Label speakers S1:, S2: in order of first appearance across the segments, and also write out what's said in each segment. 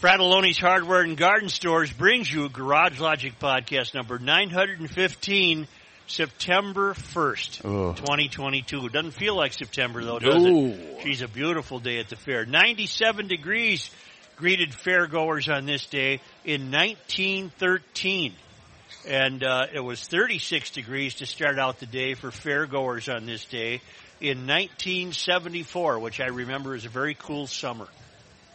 S1: Fratelloni's Hardware and Garden Stores brings you Garage Logic Podcast number 915, September 1st,
S2: Ugh.
S1: 2022. It doesn't feel like September though, does
S2: No.
S1: it? She's a beautiful day at the fair. 97 degrees greeted fairgoers on this day in 1913. And uh, it was 36 degrees to start out the day for fairgoers on this day in 1974, which I remember is a very cool summer.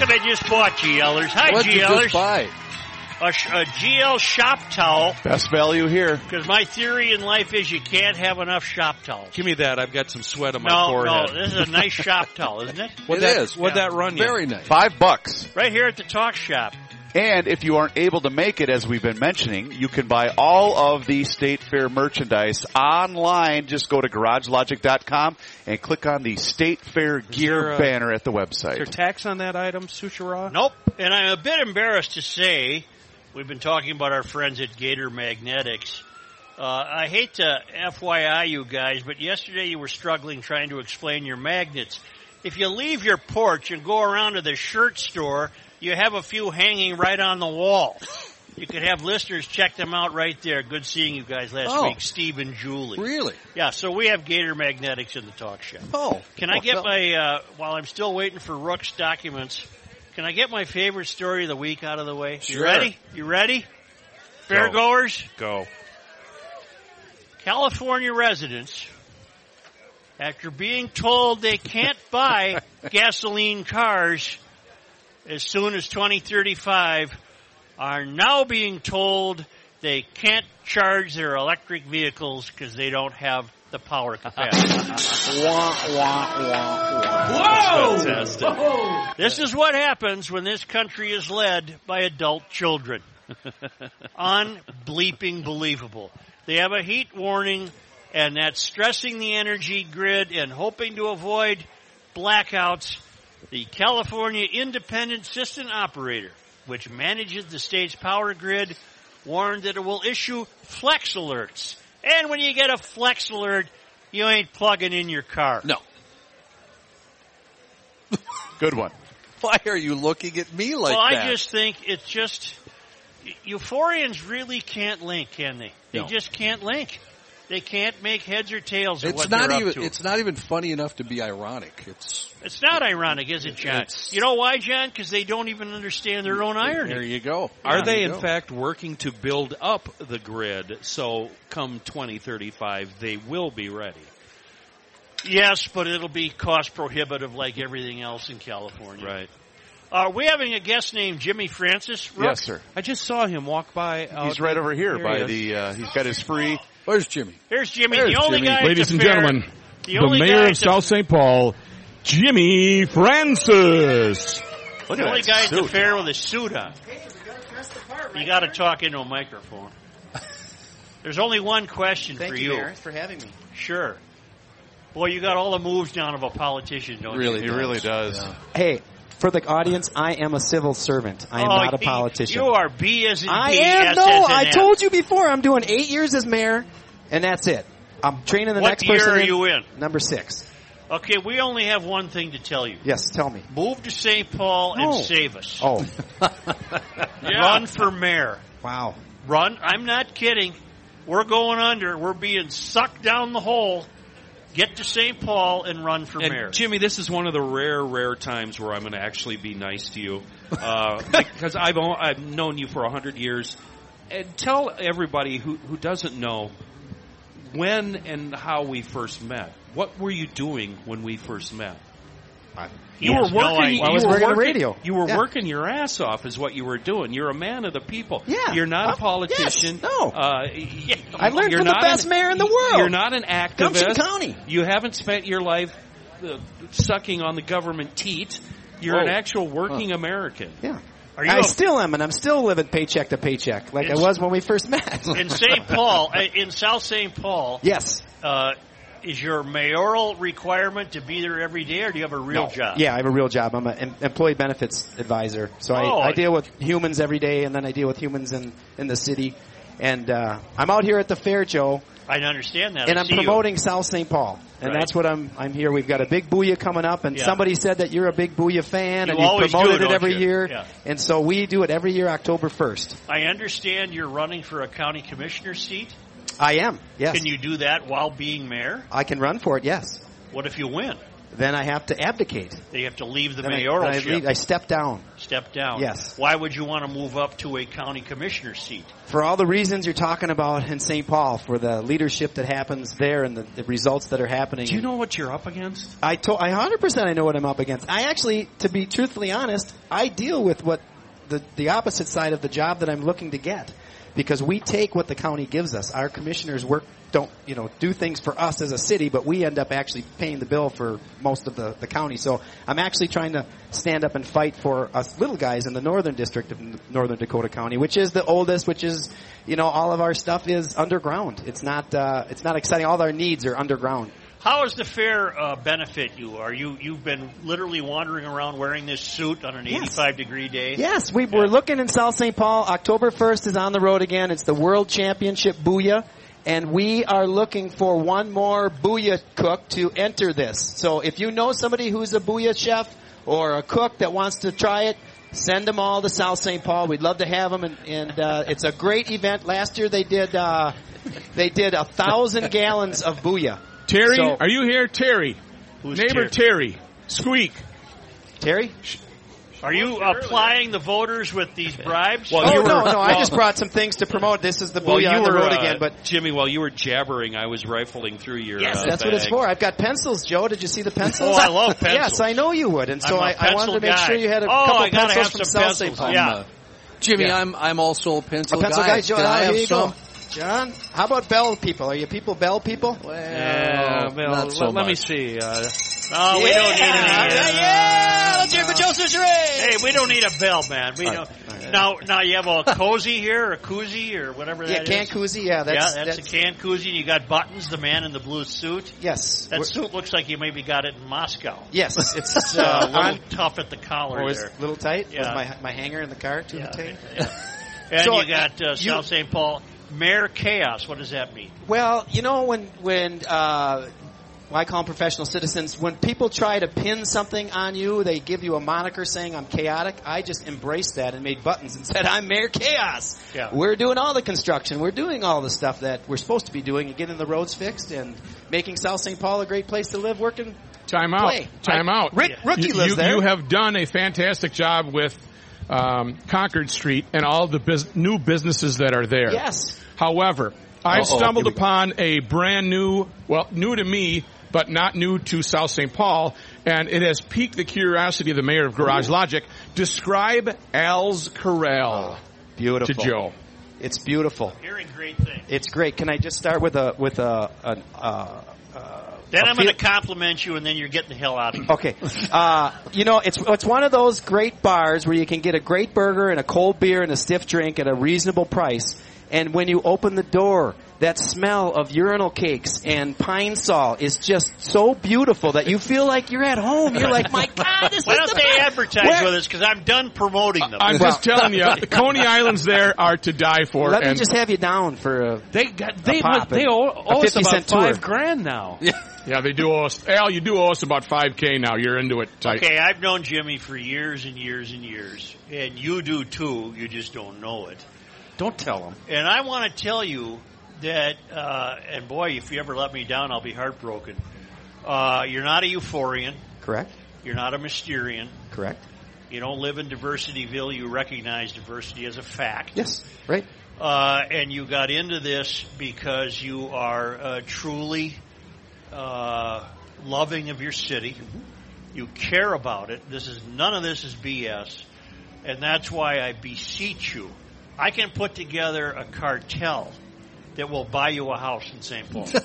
S1: Look at I just bought GLers. Hi,
S2: What you just
S1: GLers.
S2: buy?
S1: A, sh- a GL shop towel,
S2: Best value here.
S1: because my theory in life is you can't have enough shop towels.
S3: Give me that. I've got some sweat on my
S1: No, no,
S3: forehead.
S1: this is a nice shop towel, isn't it?
S3: What'd
S2: It
S3: that,
S2: is.
S3: What'd
S1: Yeah.
S3: that run you?
S2: Very nice. Five bucks.
S1: Right here at the talk shop.
S2: And if you aren't able to make it, as we've been mentioning, you can buy all of the State Fair merchandise online. Just go to garagelogic.com and click on the State Fair gear
S3: there a-
S2: banner at the
S3: Is there
S2: website.
S3: tax on that item, Sushara?
S1: Nope. And I'm a bit embarrassed to say, we've been talking about our friends at Gator Magnetics. Uh, I hate to FYI you guys, but yesterday you were struggling trying to explain your magnets. If you leave your porch and go around to the shirt store, you have a few hanging right on the wall. You could have listeners check them out right there. Good seeing you guys last
S3: Oh.
S1: week, Steve and Julie.
S3: Really?
S1: Yeah, so we have Gator Magnetics in the talk show.
S3: Oh.
S1: Can I
S2: Oh,
S1: get
S2: well.
S1: my uh, while I'm still waiting for Rook's documents? Can I get my favorite story of the week out of the way? You
S3: Sure.
S1: ready? You ready? Fairgoers,
S3: Go.
S1: California residents, after being told they can't buy gasoline cars as soon as 2035, are now being told they can't charge their electric vehicles because they don't have the power capacity.
S3: Fantastic.
S1: This is what happens when this country is led by adult children. Unbleeping believable. They have a heat warning, and that's stressing the energy grid and hoping to avoid blackouts. The California Independent System Operator, which manages the state's power grid, warned that it will issue flex alerts. And when you get a flex alert, you ain't plugging in your car.
S3: No.
S2: Good one.
S3: Why are you looking at me like
S1: well,
S3: that?
S1: I just think it's just euphorians really can't link, can they? They
S3: No.
S1: just can't link. They can't make heads or tails of
S4: It's
S1: what
S4: not
S1: they're
S4: even.
S1: up to.
S4: It's not even funny enough to be ironic. It's
S1: It's not ironic, is it, John?
S4: It's-
S1: You know why, John? Because they don't even understand their own
S4: there.
S1: irony.
S4: You go.
S3: Are they,
S4: There you
S3: in
S4: go.
S3: fact, working to build up the grid so come 2035 they will be ready?
S1: Yes, but it'll be cost prohibitive, like everything else in California.
S3: Right.
S1: Are we having a guest named Jimmy Francis? Rook?
S2: Yes, sir.
S3: I just saw him walk by. uh, out-
S2: He's right over here
S3: he
S2: by
S3: is.
S2: the. Uh, he's got his free.
S4: Where's Jimmy?
S1: Here's Jimmy,
S2: There's
S1: the only
S2: Jimmy.
S1: guy. at
S5: Ladies
S1: the
S5: and
S1: fair-
S5: gentlemen,
S1: the,
S5: the,
S1: only guy
S5: mayor
S1: at
S5: of
S1: the-
S5: South St. Paul, Jimmy Francis.
S2: Look
S1: The
S2: at
S1: only
S2: that
S1: guy at the
S2: suit.
S1: fair with a suit on. You got to talk into a microphone. There's only one question
S6: Thank
S1: for
S6: you,
S1: you.
S6: Maris, for having me.
S1: Sure. Boy, you got all the moves down of a politician, don't
S4: Really?
S2: He really does.
S6: Hey, for the audience, I am a civil servant. I
S1: you?
S6: am
S1: Oh,
S6: not a
S1: he-
S6: politician.
S1: You are B as in
S6: I
S1: B,
S6: am.
S1: S
S6: No,
S1: as in
S6: I
S1: M.
S6: told you before. I'm doing eight years as mayor, and that's it. I'm training the
S1: What
S6: next
S1: year
S6: person.
S1: are you in?
S6: Number six.
S1: Okay, we only have one thing to tell you.
S6: Yes, tell me.
S1: Move to St. Paul
S6: No.
S1: and save us.
S6: Oh,
S1: Run for mayor.
S6: wow.
S1: Run. I'm not kidding. We're going under. We're being sucked down the hole. Get to St. Paul and run for
S3: And
S1: mayor.
S3: Jimmy, this is one of the rare, rare times where I'm going to actually be nice to you uh, because I've o- I've known you for a hundred years. And tell everybody who who doesn't know when and how we first met. What were you doing when we first met?
S1: He
S3: You were
S1: has
S3: working.
S1: no idea.
S3: you
S6: I was
S3: were
S6: working the
S3: working-
S6: radio.
S3: You were
S6: Yeah.
S3: working your ass off, is what you were doing. You're a man of the people.
S6: Yeah.
S3: You're not
S6: Huh?
S3: a politician.
S6: Yes. No.
S3: Uh, y-
S6: I learned
S3: you're
S6: from the
S3: not
S6: best
S3: an-
S6: mayor in the world.
S3: You're not an activist.
S6: Gumption County.
S3: You haven't spent your life uh, sucking on the government teat. You're an
S4: Whoa.
S3: actual working American.
S6: Oh. Yeah.
S1: Are you
S6: I
S1: a-
S6: still am, and I'm still living paycheck to paycheck, like I
S1: It's-
S6: was when we first met.
S1: in St. Paul, uh, in South St. Paul,
S6: yes.
S1: uh, is your mayoral requirement to be there every day, or do you have a real job?
S6: Yeah, I have a real job. I'm an employee benefits advisor, so
S1: Oh.
S6: I, I deal with humans every day, and then I deal with humans in in the city. And uh, I'm out here at the fair, Joe,
S1: I understand that.
S6: and
S1: I
S6: I'm
S1: see you.
S6: promoting South St. Paul, and
S1: Right.
S6: that's what I'm. I'm here. We've got a big booyah coming up, and
S1: Yeah.
S6: somebody said that you're a big booyah fan,
S1: You
S6: and you
S1: always do
S6: promoted
S1: it,
S6: it,
S1: don't
S6: every
S1: you?
S6: year,
S1: Yeah.
S6: and so we do it every year, October first.
S1: I understand you're running for a county commissioner seat.
S6: I am. Yes,
S1: Can you do that while being mayor?
S6: I can run for it. Yes.
S1: What if you win?
S6: Then I have to abdicate.
S1: Then you have to leave the
S6: Then I- then
S1: mayoralship,
S6: I, leave- I step down.
S1: step down.
S6: Yes.
S1: Why would you want to move up to a county commissioner seat?
S6: for all the reasons you're talking about in St. Paul, for the leadership that happens there and the, the results that are happening.
S3: Do you know what you're up against?
S6: I to, I 100% I know what I'm up against. I actually, to be truthfully honest, I deal with what the, the opposite side of the job that I'm looking to get because we take what the county gives us. Our commissioners work, don't, you know, do things for us as a city, but we end up actually paying the bill for most of the, the county. So I'm actually trying to stand up and fight for us little guys in the northern district of n- northern Dakota County, which is the oldest, which is, you know, all of our stuff is underground. It's not, uh, it's not exciting. All of our needs are underground.
S1: How does the fair uh, benefit you? Are you you've been literally wandering around wearing this suit on an
S6: Yes.
S1: 85 degree day?
S6: Yes, we, we're looking in South St. Paul. October 1st is on the road again. It's the World Championship Booyah. And we are looking for one more Booyah cook to enter this. So if you know somebody who's a Booyah chef or a cook that wants to try it, send them all to South St. Paul. We'd love to have them. And, and uh, it's a great event. Last year they did, uh, they did a thousand gallons of Booyah.
S5: Terry,
S6: So-
S5: are you here? Terry.
S1: Who's
S5: Neighbor
S1: Terry?
S5: Terry. Squeak.
S6: Terry?
S1: Are you applying the voters with these bribes?
S3: Well,
S6: Oh,
S3: you were-
S6: no, no. I
S3: well-
S6: just brought some things to promote. This is the
S3: Well,
S6: Booyah
S3: you
S6: on the
S3: were,
S6: road
S3: uh,
S6: again. But
S3: Jimmy, while you were jabbering, I was rifling through your.
S6: Yes,
S3: uh,
S6: that's what it's
S3: bag.
S6: for. I've got pencils, Joe. Did you see the pencils?
S1: Oh, I love pencils.
S6: Yes, I know you would, and so
S1: I'm a
S6: I, I wanted
S1: pencil
S6: to make
S1: guy.
S6: sure you had a
S1: Oh,
S6: couple
S1: I gotta
S6: pencils
S1: have
S6: from
S1: some
S6: South St.
S1: pencils.
S6: Paul.
S1: Yeah.
S4: uh, Jimmy,
S6: Yeah.
S4: I'm I'm also a pencil,
S6: A pencil guy, Joe.
S4: Can I
S6: here
S4: have
S6: you
S4: some?
S6: go. John, how about bell people? Are you people bell people?
S3: Yeah, well,
S4: not so
S3: let, let me
S4: much.
S3: see. Uh,
S1: no, Oh, we don't need any.
S6: Yeah, yeah, let's hear it for Joe Cicerone.
S1: Hey, we don't need a bell, man. We don't. Now, now you have a cozy here, a koozie, or whatever
S6: Yeah,
S1: that is.
S6: Cancuzzi, yeah, that's,
S1: yeah, that's, a can koozie. And you got buttons. The man in the blue suit.
S6: yes.
S1: That
S6: We're-
S1: suit looks like you maybe got it in Moscow.
S6: Yes, it's
S1: It's, uh,
S6: uh,
S1: a
S6: on,
S1: little tough at the collar
S6: or is
S1: there.
S6: it a little tight
S1: Yeah.
S6: with my, my hanger in the car too
S1: Yeah.
S6: tight.
S1: And
S6: So,
S1: you got uh,
S6: you-
S1: South St. Paul Mayor Chaos. What does that mean?
S6: Well, you know when when uh, well, I call them professional citizens. When people try to pin something on you, they give you a moniker saying I'm chaotic. I just embraced that and made buttons and said I'm Mayor Chaos.
S1: Yeah.
S6: We're doing all the construction. We're doing all the stuff that we're supposed to be doing and getting the roads fixed and making South St. Paul a great place to live, work, and
S7: Time out.
S6: Play.
S7: Time out.
S6: Rick- Rookie
S7: you,
S6: lives
S7: you,
S6: there.
S7: you have done a fantastic job with um, Concord Street and all the bus- new businesses that are there.
S6: Yes.
S7: However, I've
S4: Uh-oh,
S7: stumbled
S4: here we go.
S7: upon a brand new, well, new to me, but not new to South St. Paul, and it has piqued the curiosity of the mayor of Garage Logic. Describe Al's Corral to
S6: beautiful.
S7: Joe.
S6: It's beautiful.
S1: Hearing great things.
S6: It's great. Can I just start with a with a an, uh, uh,
S1: Then
S6: a
S1: I'm
S6: feel-
S1: going to compliment you, and then you're getting the hell out of here.
S6: Okay. Uh, you know, it's it's one of those great bars where you can get a great burger and a cold beer and a stiff drink at a reasonable price. And when you open the door, that smell of urinal cakes and pine saw is just so beautiful that you feel like you're at home. You're like, my God, Ah, this
S1: Why
S6: is
S1: don't
S6: the
S1: they
S6: best."
S1: advertise
S6: Where-
S1: with us? Because I'm done promoting them.
S7: I'm just telling you, the Coney Islands there are to die for.
S6: Let me
S7: and
S6: just have you down for a.
S3: they got they
S6: pop
S3: they
S6: and
S3: owe,
S6: a
S3: owe us
S6: 50
S3: about
S6: cent tour.
S3: five grand now.
S7: yeah, they do owe us. Al, you do owe us about five k now. You're into it. Tight.
S1: Okay, I've known Jimmy for years and years and years, and you do too. You just don't know it.
S3: Don't tell them.
S1: And I want to tell you that, uh, and boy, if you ever let me down, I'll be heartbroken. Uh, you're not a euphorian.
S6: Correct.
S1: You're not a mysterian.
S6: Correct.
S1: You don't live in Diversityville. You recognize diversity as a fact.
S6: Yes. Right.
S1: Uh, and you got into this because you are uh, truly uh, loving of your city.
S6: Mm-hmm.
S1: You care about it. This is none of this is BS, and that's why I beseech you. I can put together a cartel that will buy you a house in St. Paul.
S2: That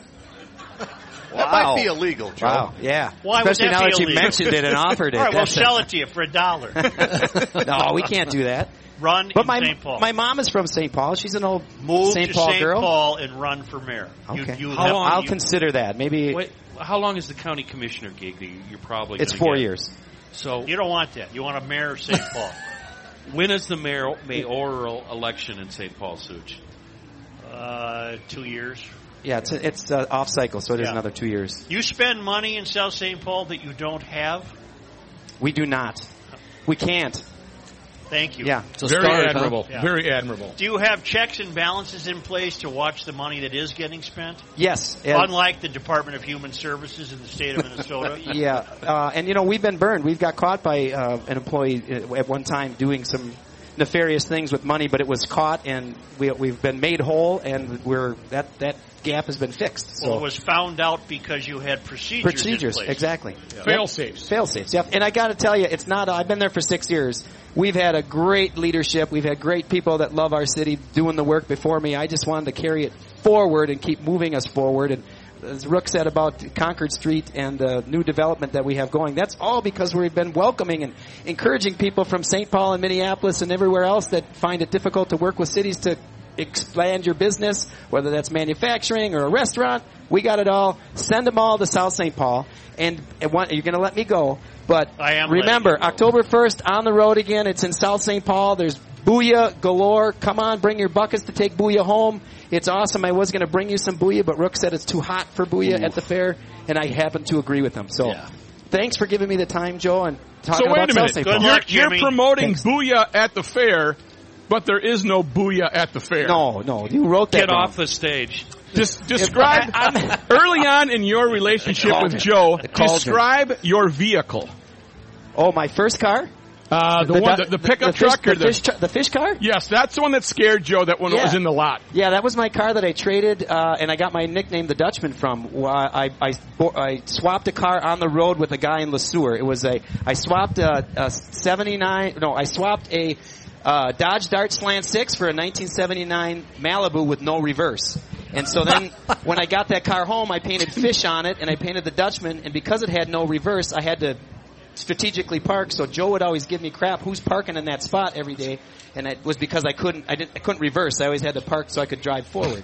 S2: might be illegal, Joe.
S6: Wow. Yeah.
S1: Why would
S6: Especially
S1: that
S6: now
S1: be
S6: that you
S1: illegal?
S6: mentioned it and offered it.
S1: All right, we'll
S6: That's a-
S1: sell it to you for a dollar.
S6: no, we can't do that.
S1: Run
S6: But
S1: in
S6: my
S1: St. Paul.
S6: my mom is from St. Paul. She's an old
S1: Move
S6: St.
S1: to
S6: Paul
S1: St.
S6: girl.
S1: Paul and run for mayor. You-
S6: Okay.
S1: you-
S3: How
S1: that-
S3: long
S6: I'll
S3: you-
S6: consider that. Maybe
S3: Wait, how long is the county commissioner gig? That you're probably
S6: it's
S3: gonna
S6: four
S3: get?
S6: years.
S3: So
S1: You don't want that. You want a mayor of St. Paul.
S3: when is the mayor, mayoral election in St. Paul, Such?
S1: uh, two years.
S6: Yeah, it's it's uh, off cycle, so it is
S1: Yeah.
S6: another two years.
S1: You spend money in South St. Paul that you don't have.
S6: We do not.
S1: Uh-huh.
S6: We can't.
S1: Thank you.
S6: Yeah.
S4: So
S7: Very
S4: start, huh?
S7: admirable.
S1: Yeah.
S7: Very admirable.
S1: Do you have checks and balances in place to watch the money that is getting spent?
S6: Yes. and-
S1: Unlike the Department of Human Services in the state of Minnesota.
S6: yeah, uh, and you know we've been burned. We've got caught by uh, an employee uh, at one time doing some nefarious things with money, but it was caught, and we, we've been made whole, and we're that that gap has been fixed. So
S1: Well, it was found out because you had procedures. in
S6: procedures,
S1: place.
S6: exactly.
S7: Fail safes.
S6: Fail safes. Yep. And I got to tell you, it's not. I've been there for six years. We've had a great leadership. We've had great people that love our city doing the work before me. I just wanted to carry it forward and keep moving us forward. And as Rook said about Concord Street and the new development that we have going, that's all because we've been welcoming and encouraging people from St. Paul and Minneapolis and everywhere else that find it difficult to work with cities to expand your business, whether that's manufacturing or a restaurant. We got it all. Send them all to South St. Paul, and and one- you're going to let me go. But
S1: I am
S6: remember,
S1: letting you go.
S6: October 1st on the road again. It's in South St. Paul. There's booyah galore. Come on, bring your buckets to take booyah home. It's awesome. I was going to bring you some booyah, but Rook said it's too hot for booyah at the fair, and I happen to agree with him. So, thanks for giving me the time, Joe, and talking
S7: So wait
S6: about
S7: a
S6: South
S7: minute.
S6: St.
S1: Good
S6: Paul.
S1: luck,
S7: You're
S1: Jimmy.
S7: promoting booyah at the fair, but there is no booyah at the fair.
S6: No, no, you wrote that.
S3: Get
S6: down.
S3: off the stage.
S7: Des- describe
S6: I'm-
S7: early on in your relationship with Joe.
S6: cauldron.
S7: Describe your vehicle.
S6: Oh, my first car.
S7: Uh, the, one, the, the pickup
S6: the
S7: truck
S6: fish,
S7: or
S6: the, fish tru- the fish car?
S7: Yes, that's the one that scared Joe. That one that was
S6: Yeah.
S7: in the lot.
S6: Yeah, that was my car that I traded, uh, and I got my nickname, the Dutchman, from. Wh- I, I, bo- I swapped a car on the road with a guy in Le Sueur. It was a, I swapped a, a 79, no, I swapped a uh, Dodge Dart Slant 6 for a 1979 Malibu with no reverse. And so then, when I got that car home, I painted fish on it, and I painted the Dutchman, and because it had no reverse, I had to strategically parked, so Joe would always give me crap. Who's parking in that spot every day? And it was because I couldn't, I didn't, I couldn't reverse. I always had to park so I could drive forward.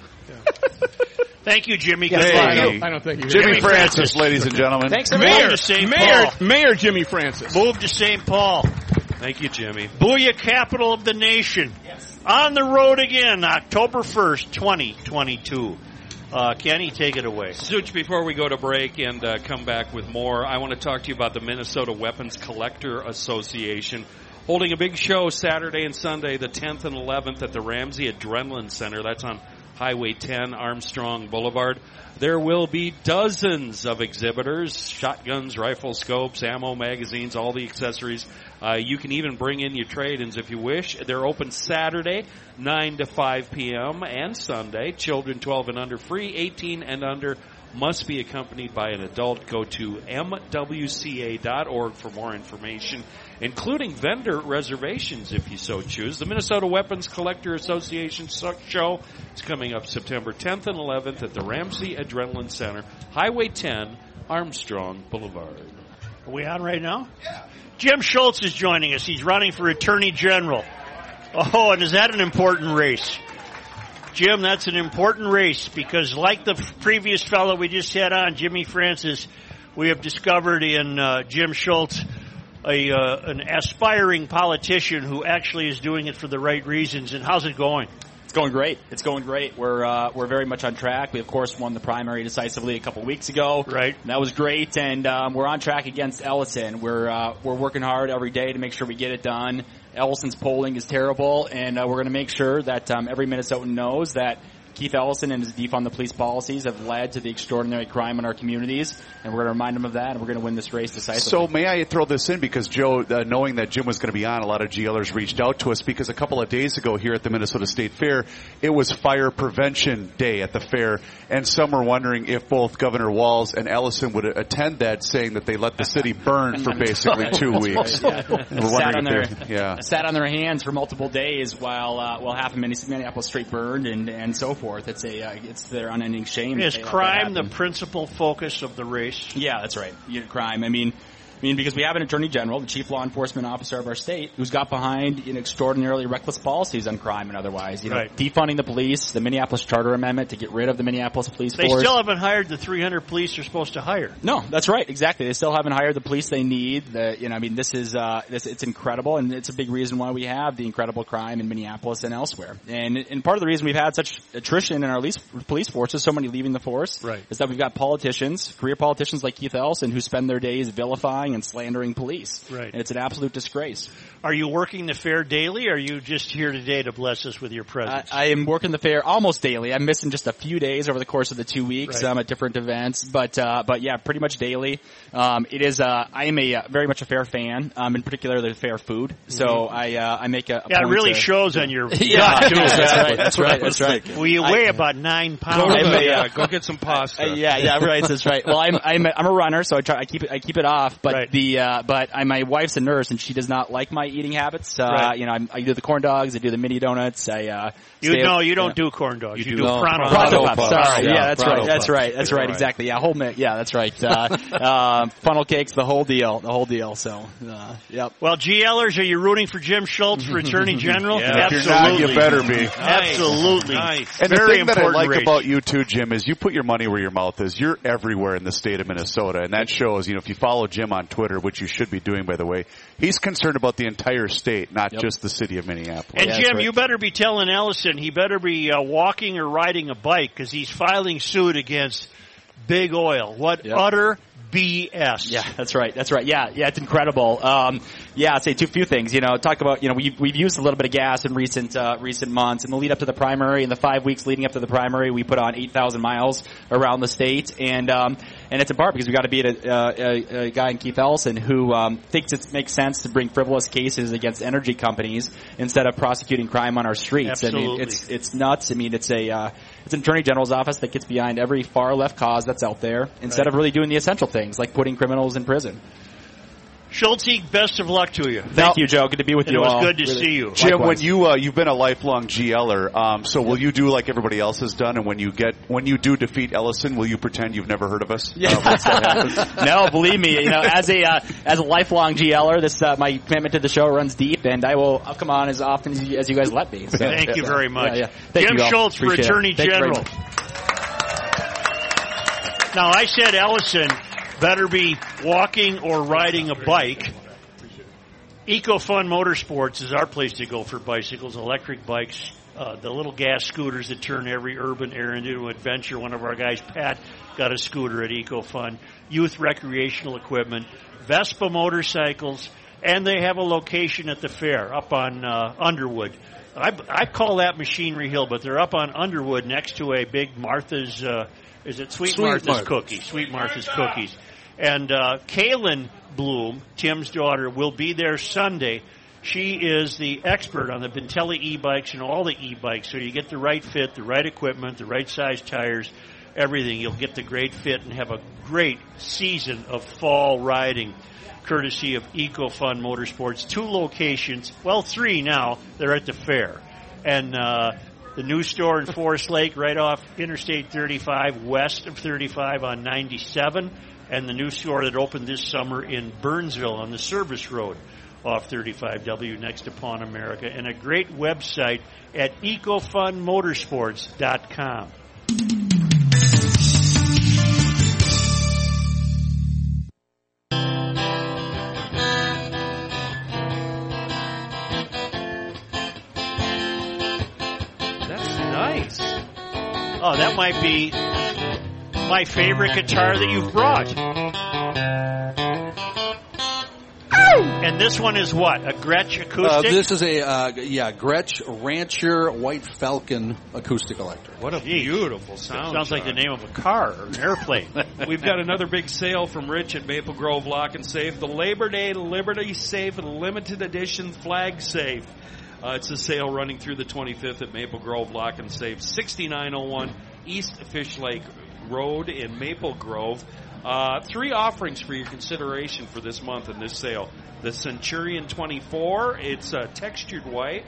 S1: Thank you, Jimmy.
S6: Yeah,
S1: Good
S2: Hey.
S1: luck.
S7: I don't, I don't think you
S2: Jimmy
S1: Jimmy
S2: Francis,
S1: Francis.
S2: ladies and gentlemen.
S6: Thanks everyone.
S7: Mayor,
S1: to St.
S7: Mayor,
S1: Paul.
S7: Mayor Jimmy Francis.
S1: Move to St. Paul.
S3: Thank you, Jimmy.
S1: Booyah capital of the nation. On the road again, October 1st, 2022. Uh, Kenny, take it away.
S3: Such, before we go to break and uh, come back with more, I want to talk to you about the Minnesota Weapons Collector Association holding a big show Saturday and Sunday, the 10th and 11th, at the Ramsey Adrenaline Center. That's on Highway 10, Armstrong Boulevard. There will be dozens of exhibitors shotguns, rifle scopes, ammo, magazines, all the accessories. Uh, you can even bring in your trade ins if you wish. They're open Saturday, 9 to 5 p.m., and Sunday. Children 12 and under free, 18 and under must be accompanied by an adult. Go to MWCA.org for more information, including vendor reservations if you so choose. The Minnesota Weapons Collector Association so- show is coming up September 10th and 11th at the Ramsey Adrenaline Center, Highway 10, Armstrong Boulevard.
S1: Are we on right now? Yeah. Jim Schultz is joining us. He's running for Attorney General. Oh, and is that an important race? Jim, that's an important race because, like the previous fellow we just had on, Jimmy Francis, we have discovered in uh, Jim Schultz a uh, an aspiring politician who actually is doing it for the right reasons. And how's it going?
S8: It's going great. It's going great. We're uh, we're very much on track. We of course won the primary decisively a couple weeks ago.
S1: Right.
S8: And that was great, and um, we're on track against Ellison. We're uh, we're working hard every day to make sure we get it done. Ellison's polling is terrible, and uh, we're going to make sure that um, every Minnesotan knows that Keith Ellison and his defund the police policies have led to the extraordinary crime in our communities, and we're going to remind them of that, and we're going to win this race decisively.
S2: So may I throw this in because Joe, uh, knowing that Jim was going to be on, a lot of GLers reached out to us because a couple of days ago here at the Minnesota State Fair, it was Fire Prevention Day at the fair, and some were wondering if both Governor Walls and Ellison would attend that, saying that they let the city burn for basically two weeks. We're
S8: sat
S2: wondering
S8: on
S2: if
S8: their
S2: they're- yeah.
S8: sat on their hands for multiple days while uh, while half of Minneapolis Street burned and and so forth. It's a uh, it's their unending shame. that
S1: Is
S8: they let that
S1: crime the
S8: happen.
S1: principal focus of the race?
S8: Yeah, that's right. Unit crime. I mean, I mean because we have an attorney general, the chief law enforcement officer of our state, who's got behind you know, extraordinarily reckless policies on crime and otherwise. You know,
S1: Right.
S8: defunding the police, the Minneapolis Charter Amendment to get rid of the Minneapolis police
S1: They
S8: force.
S1: still haven't hired the 300 police they're supposed to hire.
S8: No, that's right. Exactly. They still haven't hired the police they need. The, you know, I mean, this is uh, this it's incredible, and it's a big reason why we have the incredible crime in Minneapolis and elsewhere. And and part of the reason we've had such attrition in our lease, police force is so many leaving the force.
S1: Right.
S8: Is that we've got politicians, career politicians like Keith Ellison, who spend their days vilifying and slandering police.
S1: Right.
S8: And it's an absolute disgrace.
S1: Are you working the fair daily? Or are you just here today to bless us with your
S8: I,
S1: presence?
S8: I am working the fair almost daily. I'm missing just a few days over the course of the two weeks.
S1: Right.
S8: I'm at different events, but uh, but yeah, pretty much daily. Um, it is. Uh, I am a uh, very much a fair fan. Um, in particular, the fair food. So I uh, I make a, a
S1: Mm-hmm. yeah, it
S8: point
S1: really
S8: to-
S1: shows on your
S8: Yeah,
S1: gut, too.
S8: that's right. That's right. That's right.
S1: Well, you weigh about nine
S3: Go,
S1: pounds.
S3: to
S8: I'm
S3: the,
S8: a,
S3: uh,
S8: uh,
S3: go get some pasta.
S8: Uh, yeah, yeah, right. That's right. Well, I'm I'm a, I'm a runner, so I try I keep it I keep it off. But
S1: Right.
S8: the uh, but I, my wife's a nurse, and she does not like my eating habits. Uh,
S1: Right.
S8: You know, I'm, I do the corn dogs, I do the mini donuts. I uh,
S1: You
S8: stay-
S1: know, you don't do corn dogs. You, do,
S4: No,
S1: Pronto
S4: Pronto
S8: Pronto
S1: Pups.
S8: Pup.
S4: Pups.
S8: Sorry.
S4: Yeah,
S8: Yeah, that's
S4: Pronto
S8: right. That's
S4: Pups.
S8: right. That's right. Exactly. Yeah, whole mi- Yeah, that's right. Uh, uh, funnel cakes, the whole deal, the whole deal. So, uh, yep.
S1: Well, GLers, are you rooting for Jim Schultz for Attorney General?
S3: Yeah.
S2: If you're not, you better be.
S1: Absolutely.
S3: Nice.
S2: And
S1: Very
S2: the thing that I
S1: important
S2: like
S1: race.
S2: about you too, Jim, is you put your money where your mouth is. You're everywhere in the state of Minnesota, and that shows. You know, if you follow Jim on Twitter, which you should be doing, by the way, he's concerned about the entire state, not just the city of Minneapolis.
S1: And Jim, you better be telling Ellison he better be uh, walking or riding a bike because he's filing suit against Big Oil. What
S8: Yep.
S1: utter BS!
S8: Yeah, that's right. That's right. Yeah, yeah, it's incredible. Um, yeah, I'd say two few things. You know, talk about you know we've we've used a little bit of gas in recent uh, recent months in the lead up to the primary. In the five weeks leading up to the primary, we put on eight thousand miles around the state, and um, and it's in part because we got to beat a, uh, a, a guy in Keith Ellison who um, thinks it makes sense to bring frivolous cases against energy companies instead of prosecuting crime on our streets. I mean,
S1: Absolutely.
S8: it's it's nuts. I mean, it's a uh, it's an attorney general's office that gets behind every far left cause that's out there instead of really doing the essential things like putting criminals in prison.
S1: Schultze, best of luck to you.
S8: Thank you, Joe. Good to be with
S1: It
S8: you
S1: was
S8: all.
S1: good to see you.
S2: Jim, when
S8: Likewise.
S2: you uh, you've been a lifelong GLer, um, so will you do like everybody else has done, and when you get when you do defeat Ellison, will you pretend you've never heard of us? Uh, Yeah.
S8: no, believe me. You know, as a uh, as a lifelong GLer, this uh, my commitment to the show runs deep, and I will I'll come on as often as you, as you guys let me. So,
S1: Thank you
S8: yeah,
S1: very much.
S8: yeah, yeah. Thank
S1: Jim
S8: you all.
S1: Schultz
S8: Appreciate
S1: for Attorney
S8: it. Thank you very
S1: General.
S8: much.
S1: Now, I said Ellison better be walking or riding a bike. EcoFun Motorsports is our place to go for bicycles, electric bikes, uh, the little gas scooters that turn every urban errand into an adventure. One of our guys, Pat, got a scooter at EcoFun. Youth recreational equipment, Vespa motorcycles, and they have a location at the fair up on uh, Underwood. I, I call that Machinery Hill, but they're up on Underwood next to a big Martha's. Uh, is it Sweet,
S4: Sweet
S1: Martha's,
S4: Martha's.
S1: Cookies? Sweet Martha's Cookies. And uh, Kaylin Bloom, Tim's daughter, will be there Sunday. She is the expert on the Bentelli e-bikes and all the e-bikes, so you get the right fit, the right equipment, the right size tires, everything. You'll get the great fit and have a great season of fall riding, courtesy of EcoFun Motorsports. Two locations, well, three now. They're at the fair, and uh, the new store in Forest Lake, right off Interstate 35, west of 35 on 97, and the new store that opened this summer in Burnsville on the service road off 35W next to Pawn America, and a great website at ecofundmotorsports.com.
S3: That's nice.
S1: Oh, that might be my favorite guitar that you've brought. And this one is what? A Gretsch acoustic?
S4: Uh, this is a uh, yeah Gretsch Rancher White Falcon acoustic electric.
S3: What a
S1: Gee.
S3: beautiful sound.
S1: Sounds like the
S3: John.
S1: name of a car or an airplane.
S3: We've got another big sale from Rich at Maple Grove Lock and Safe. The Labor Day Liberty Safe Limited Edition Flag Safe. Uh, it's a sale running through the 25th at Maple Grove Lock and Safe, 6901 East Fish Lake Road in Maple Grove. Uh, three offerings for your consideration for this month in this sale. The Centurion 24, it's uh, textured white.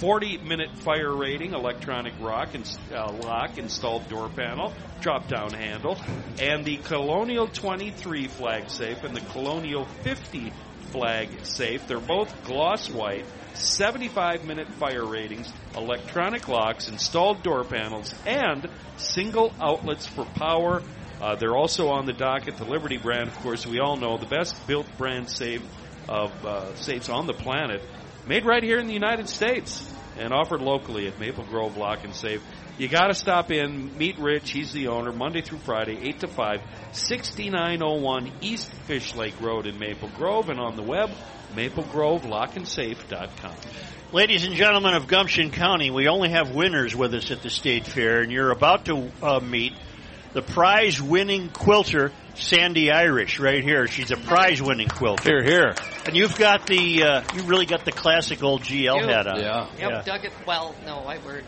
S3: 40 minute fire rating, electronic rock and uh, lock, installed door panel, drop down handle, and the Colonial 23 flag safe and the Colonial 50 flag safe. They're both gloss white, 75 minute fire ratings, electronic locks, installed door panels, and single outlets for power. Uh, they're also on the docket. The Liberty brand, of course, we all know the best built brand safe of uh, safes on the planet, made right here in the United States and offered locally at Maple Grove Lock and Safe. You got to stop in, meet Rich. He's the owner, Monday through Friday, 8 to 5, 6901 East Fish Lake Road in Maple Grove, and on the web, maplegrovelockandsafe.com.
S1: Ladies and gentlemen of Gumption County, we only have winners with us at the state fair, and you're about to uh, meet the prize winning quilter, Sandy Irish, right here. She's a prize winning quilter.
S2: Here, here.
S1: And you've got the, uh, you really got the classic old GL
S9: Yep.
S1: hat on.
S9: Yep, dug it. Well, no, I word.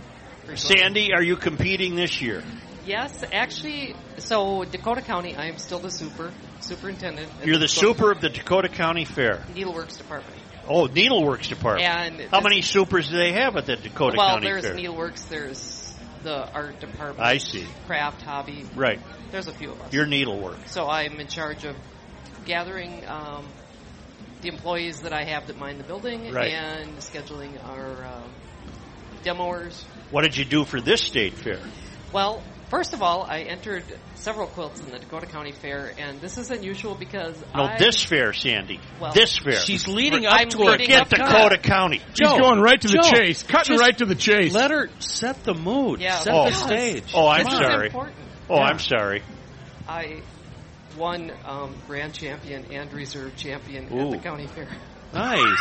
S1: Sandy, are you competing this year?
S9: Yes, actually, so Dakota County, I am still the super superintendent. at
S1: You're the
S9: Dakota
S1: super of the Dakota County Fair.
S9: Needleworks Department.
S1: Oh, Needleworks Department.
S9: And
S1: How
S9: this-
S1: many supers do they have at the Dakota
S9: well,
S1: County
S9: there's
S1: Fair?
S9: Needleworks, there's the art department.
S1: I see.
S9: Craft, hobby.
S1: Right.
S9: There's a few of us.
S1: Your needlework.
S9: So I'm in charge of gathering um, the employees that I have that mind the building
S1: Right.
S9: and scheduling our um, demoers.
S1: What did you do for this state fair?
S9: Well, first of all, I entered several quilts in the Dakota County Fair, and this is unusual because
S1: No,
S9: I,
S1: this fair, Sandy.
S9: Well-
S1: this fair.
S9: She's
S3: leading
S9: up I'm to it. leading
S1: Forget
S9: up to
S1: Dakota
S9: it.
S1: County.
S7: She's going right to the
S3: Joe,
S7: chase, cutting
S3: just
S7: right to the chase.
S3: Let her set the mood,
S9: Yeah,
S3: set the
S9: because
S3: stage.
S1: Oh, I'm
S9: this is
S1: sorry.
S9: important.
S1: Oh, I'm sorry.
S9: I won um, grand champion and reserve champion at the
S3: Ooh.
S9: county fair.
S3: Nice.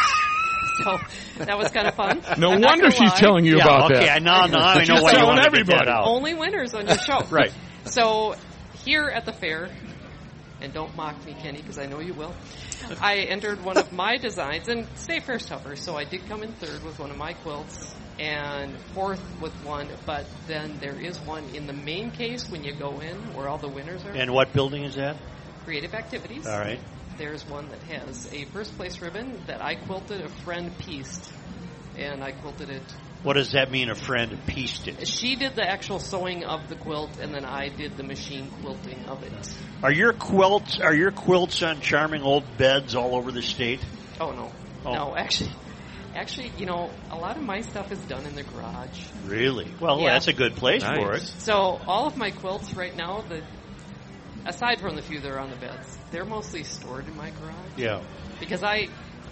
S9: So that was kind of fun.
S7: no
S9: I'm not
S7: wonder
S9: gonna
S7: she's
S9: lie.
S7: telling you
S1: yeah,
S7: about
S1: okay,
S7: that.
S1: I now, now I know
S7: She's
S1: why you
S7: telling
S1: want to get that
S7: everybody.
S1: out.
S9: Only winners on your show.
S1: Right.
S9: So here at the fair, and don't mock me, Kenny, because I know you will. I entered one of my designs, and state fair's tougher, so I did come in third with one of my quilts and fourth with one. But then there is one in the main case when you go in, where all the winners are.
S1: And what building is that?
S9: creative activities.
S1: All right.
S9: There's one that has a first place ribbon that I quilted. A friend pieced, and I quilted it
S1: What does that mean? A friend pieced it.
S9: she did the actual sewing of the quilt, and then I did the machine quilting of it.
S1: Are your quilts? Are your quilts on charming old beds all over the state?
S9: Oh no,
S1: Oh.
S9: no, actually, actually, you know, a lot of my stuff is done in the garage.
S1: Really? Well,
S9: Yeah.
S1: that's a good place
S3: Nice.
S1: for it.
S9: So all of my quilts right now, the aside from the few that are on the beds, they're mostly stored in my garage
S1: Yeah.
S9: because I.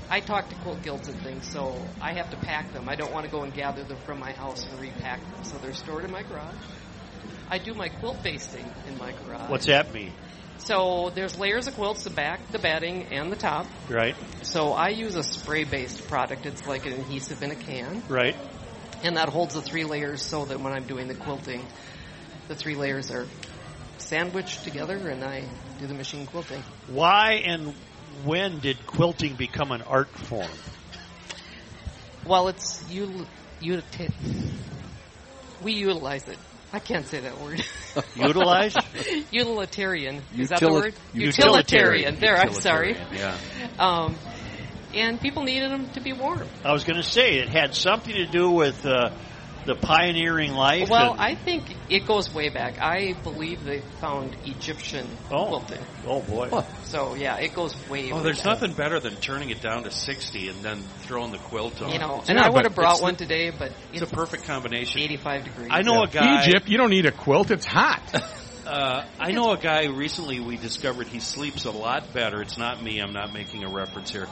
S9: I talk to quilt guilds and things, so I have to pack them. I don't want to go and gather them from my house and repack them, so they're stored in my garage. I do my quilt basting in my garage.
S1: What's that mean?
S9: So there's layers of quilts, the back, the batting, and the top.
S1: Right.
S9: So I use a spray-based product. It's like an adhesive in a can,
S1: Right.
S9: and that holds the three layers so that when I'm doing the quilting, the three layers are sandwiched together, and I do the machine quilting.
S1: Why and when did quilting become an art form?
S9: Well, it's you, you. we utilize it. I can't say that word.
S1: Utilize?
S9: Utilitarian. Is that the
S4: Utili-
S9: word?
S1: utilitarian.
S9: There, I'm sorry.
S4: Yeah.
S9: Um, and people needed them to be warm.
S1: I was going to say it had something to do with uh, the pioneering life.
S9: Well,
S1: and-
S9: I think it goes way back. I believe they found Egyptian
S1: Oh.
S9: quilting.
S1: oh boy.
S9: So yeah, it goes way.
S3: Oh,
S9: way
S3: there's
S9: back.
S3: nothing better than turning it down to 60 and then throwing the quilt on.
S9: You know,
S3: it's,
S9: and
S7: Yeah,
S9: I would
S7: but
S9: have brought
S3: it's
S9: one today, but
S3: it's
S9: it's,
S3: a perfect combination.
S9: 85 degrees.
S3: I know a guy.
S7: Egypt, you don't need a quilt. It's hot.
S3: Uh, I know a guy recently we discovered he sleeps a lot better. It's not me. I'm not making a reference here.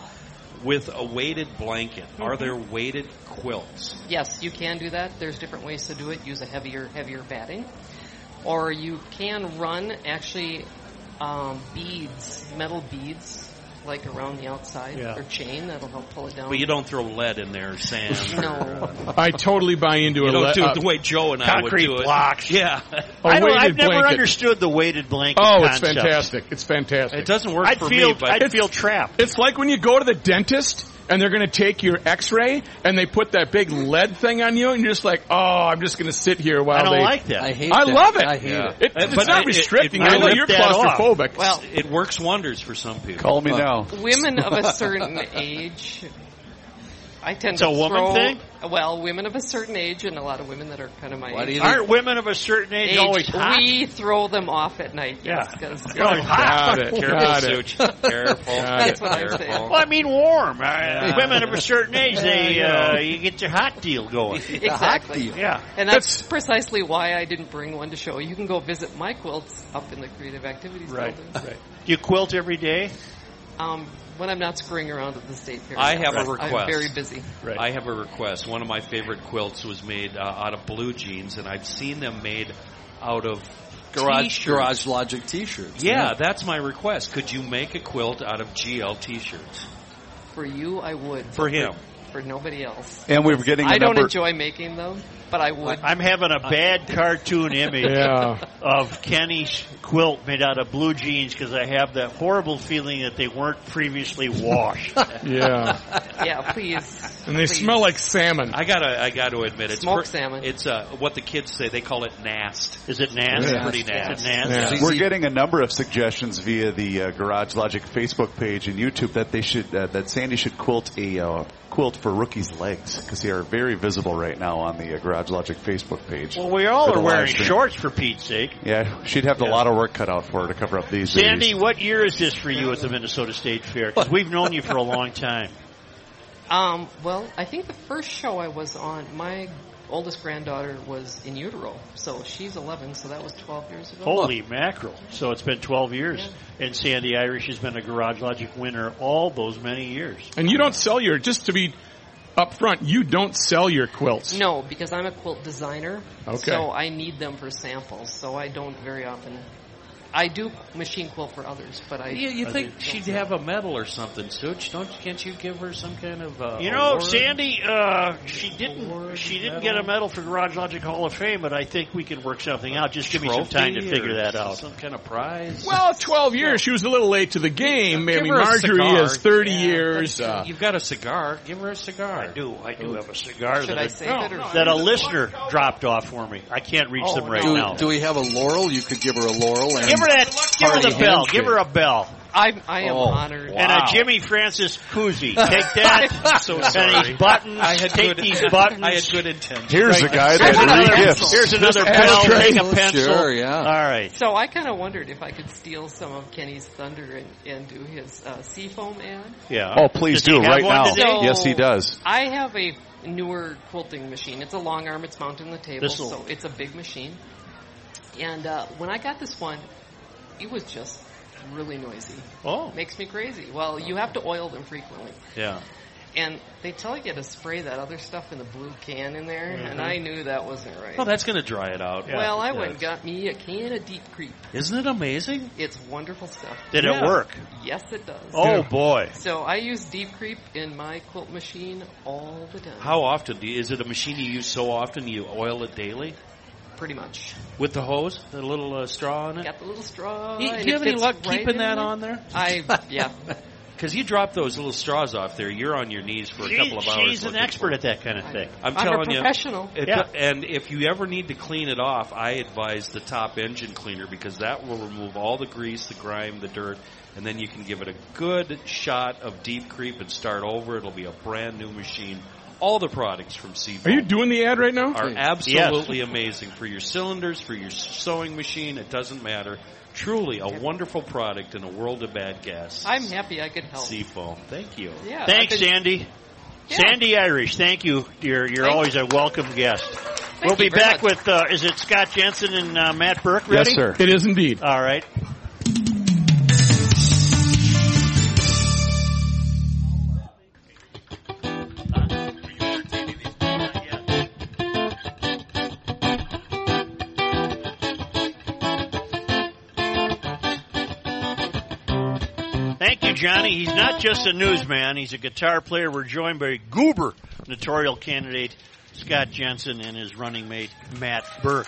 S3: With a weighted blanket. Are
S9: Mm-hmm.
S3: there weighted quilts?
S9: Yes, you can do that. There's different ways to do it. Use a heavier, heavier batting, or you can run actually um, beads, metal beads, like around the outside
S1: Yeah.
S9: or chain. That'll help pull it down.
S3: But you don't throw lead in there, sand.
S9: No.
S3: Or, uh,
S7: I totally buy into
S3: you
S7: a
S3: don't
S7: le-
S3: do
S7: uh,
S3: it the way Joe and I would
S1: concrete
S3: do it.
S1: blocks.
S3: Yeah.
S7: a
S1: I don't,
S7: weighted
S1: I've never
S7: blanket.
S1: understood the weighted blanket.
S7: Oh, it's
S1: concept.
S7: fantastic! It's fantastic.
S3: It doesn't work
S1: I'd
S3: for
S1: feel
S3: me, but
S1: I'd feel trapped.
S7: It's like when you go to the dentist and they're going to take your x-ray and they put that big lead thing on you and you're just like, oh, I'm just going to sit here while
S1: I don't
S7: they...
S1: like that.
S4: I hate
S7: I
S4: that.
S7: love it.
S4: I hate it.
S7: It-
S3: Uh,
S7: it's
S3: but
S7: not
S3: it- it-
S7: restricting.
S1: it
S7: I know
S1: ripped
S7: you're
S1: that off.
S7: claustrophobic.
S9: well,
S3: it works wonders for some people.
S2: Call me now.
S9: women of a certain age. I tend
S1: It's
S9: to
S1: a woman
S9: throw,
S1: thing?
S9: Well, women of a certain age, and a lot of women that are kind of my
S1: Why do
S9: age.
S1: you think- Aren't women of a certain age always hot?
S9: We throw them off at night. Yes,
S1: Yeah.
S9: 'cause-
S1: They're always hot. Got it,
S9: Yes.
S1: got it. Careful,
S9: That's what I'm
S1: careful.
S9: saying.
S1: Well, I mean warm. Uh,
S9: Yeah.
S1: Women of a certain age, they
S9: Yeah, I
S1: uh,
S9: know.
S1: you get your hot deal going.
S9: Exactly.
S1: Yeah.
S9: And that's, precisely why I didn't bring one to show. You can go visit my quilts up in the Creative Activities
S1: Right,
S9: building.
S1: right. Do you quilt every day?
S9: Um, when I'm not screwing around at the state fair.
S3: I have
S9: yes.
S3: a request.
S9: I'm very busy.
S3: I have a request. One of my favorite quilts was made uh, out of blue jeans, and I've seen them made out of
S4: Garage,
S3: t-shirts.
S4: garage Logic T-shirts.
S3: Yeah, that's my request. Could you make a quilt out of GL T-shirts?
S9: For you, I would.
S3: For him.
S9: For nobody else.
S2: And we were getting
S9: I
S2: a
S9: don't
S2: number-
S9: enjoy making them, but I would.
S1: I'm having a bad cartoon image
S9: Yeah.
S1: of Kenny's quilt made out of blue jeans because I have that horrible feeling that they weren't previously washed.
S7: Yeah.
S9: yeah, please.
S7: And they smell like salmon.
S3: I gotta, I gotta admit, it's
S9: Smoked
S3: per-
S9: salmon.
S3: It's uh, what the kids say. They call it nast.
S1: Is it
S3: nast? It's
S2: Yeah.
S3: pretty nast.
S1: Is it nast?
S2: We're getting a number of suggestions via the uh, Garage Logic Facebook page and YouTube that they should uh, that Sandy should quilt a uh, quilt for rookies' legs because they are very visible right now on the uh, Garage Logic Facebook page.
S1: Well, we all
S2: For the
S1: are wearing
S2: live stream.
S1: shorts for Pete's sake.
S2: Yeah, she'd have a lot of work cut out for her to cover up these.
S1: Sandy, what year is this for you at the Minnesota State Fair? 'Cause we've known you for a long time.
S9: Um, well, I think the first show I was on, my oldest granddaughter was in utero, so she's 11, so that was 12 years ago.
S1: Holy mackerel. So it's been 12 years. And Sandy Irish has been a Garage Logic winner all those many years.
S7: And you don't sell your, just to be upfront, you don't sell your quilts.
S9: No, because I'm a quilt designer.
S7: Okay.
S9: So I need them for samples. So I don't very often. I do machine quilt for others, but I.
S3: You, you
S9: I
S3: think
S9: do-
S3: she'd have a medal or something, Such? Don't can't you give her some kind of? Uh,
S1: You know,
S3: award?
S1: Sandy, uh, she didn't. She didn't get a medal for Garage Logic Hall of Fame, but I think we can work something out. Just give me some time to
S3: Trophy
S1: figure
S3: or
S1: that out.
S3: Some kind of prize.
S7: Well, 12 years. She was a little late to the game.
S3: Give
S7: Maybe
S3: her a
S7: Marjorie
S3: cigar.
S7: is 30
S3: Yeah,
S7: years.
S3: that's-
S7: Uh,
S3: You've got a cigar. Give her a cigar. I
S1: do. I do have a cigar.
S3: Should
S1: that
S3: I
S1: a-
S3: save it or-
S1: that a listener dropped off for me. I can't reach
S3: Oh,
S1: them right
S4: do,
S1: now.
S4: do we have a laurel? You could give her a laurel. And
S1: Give her that. Give her the
S4: Hearty
S1: bell.
S4: handshake.
S1: Give her a bell.
S9: I, I am
S4: Oh,
S9: honored.
S1: And
S4: wow.
S1: a Jimmy Francis koozie. Take that.
S3: So
S1: and
S3: sorry.
S1: these buttons.
S3: I had
S1: Take
S3: good-
S1: these buttons.
S3: I had good intentions.
S2: Here's a guy that
S1: Here's
S2: really
S1: another-
S2: gifts.
S1: Here's
S2: Just
S1: another
S2: add
S1: pen.
S2: a tray.
S1: Take a pencil.
S4: Sure, yeah.
S1: All right.
S9: So I kind of wondered if I could steal some of Kenny's thunder and, and do his uh, seafoam ad.
S1: Yeah.
S2: Oh, please
S1: Does he
S2: do
S1: have
S2: right
S1: one
S2: now.
S1: today?
S2: Yes, he does.
S9: I have a newer quilting machine. It's a long arm. It's mounted on the table,
S1: This'll-
S9: so it's a big machine. And uh, when I got this one, it was just really noisy.
S1: Oh.
S9: Makes me crazy. Well, you have to oil them frequently.
S1: Yeah.
S9: And they tell you to spray that other stuff in the blue can in there,
S1: Mm-hmm.
S9: and
S3: Mhm.
S9: I knew that wasn't right.
S3: Well, that's going to dry it out.
S9: well, I
S3: Yeah.
S9: went and got me a can of Deep Creek.
S3: Isn't it amazing?
S9: It's wonderful stuff.
S1: Did it Yeah. work?
S9: Yes, it does.
S1: Oh, Yeah. boy.
S9: So I use Deep Creep in my quilt machine all the time,
S3: How often do you, is it a machine you use so often you oil it daily
S9: pretty much.
S3: with the hose, the little uh, straw on it?
S9: Got the little straw.
S3: Do you- do
S9: and
S3: you
S9: it
S3: have any
S9: fits
S3: luck
S9: right
S3: keeping
S9: in
S3: that on there?
S9: I yeah.
S3: Because you drop those little straws off there, you're on your knees for a
S1: She-
S3: couple of hours.
S1: she's an
S3: looking
S1: expert
S3: for it.
S1: at that kind of thing.
S3: I'm,
S9: I'm a
S3: telling
S9: professional.
S3: you, it-
S1: Yeah.
S3: and if you ever need to clean it off, I advise the top engine cleaner because that will remove all the grease, the grime, the dirt, and then you can give it a good shot of deep creep and start over. It'll be a brand new machine. All the products from Sea
S7: are you doing the ad right now?
S3: are absolutely amazing for your cylinders, for your sewing machine. It doesn't matter. Truly a wonderful product in a world of bad gas.
S9: I'm happy I could help.
S3: Seafoam. Thank you.
S9: Yeah,
S1: Thanks,
S9: I've been-
S1: Sandy.
S9: Yeah.
S1: Sandy Irish, thank you, dear. You're always a welcome guest. we'll be
S9: you very
S1: back with, uh, is it Scott Jensen and uh, Matt Burke ready?
S2: Yes, sir.
S7: It is indeed.
S1: All right. Thank you, Johnny. He's not just a newsman, he's a guitar player. We're joined by Goober notorial candidate Scott Jensen and his running mate Matt Burke.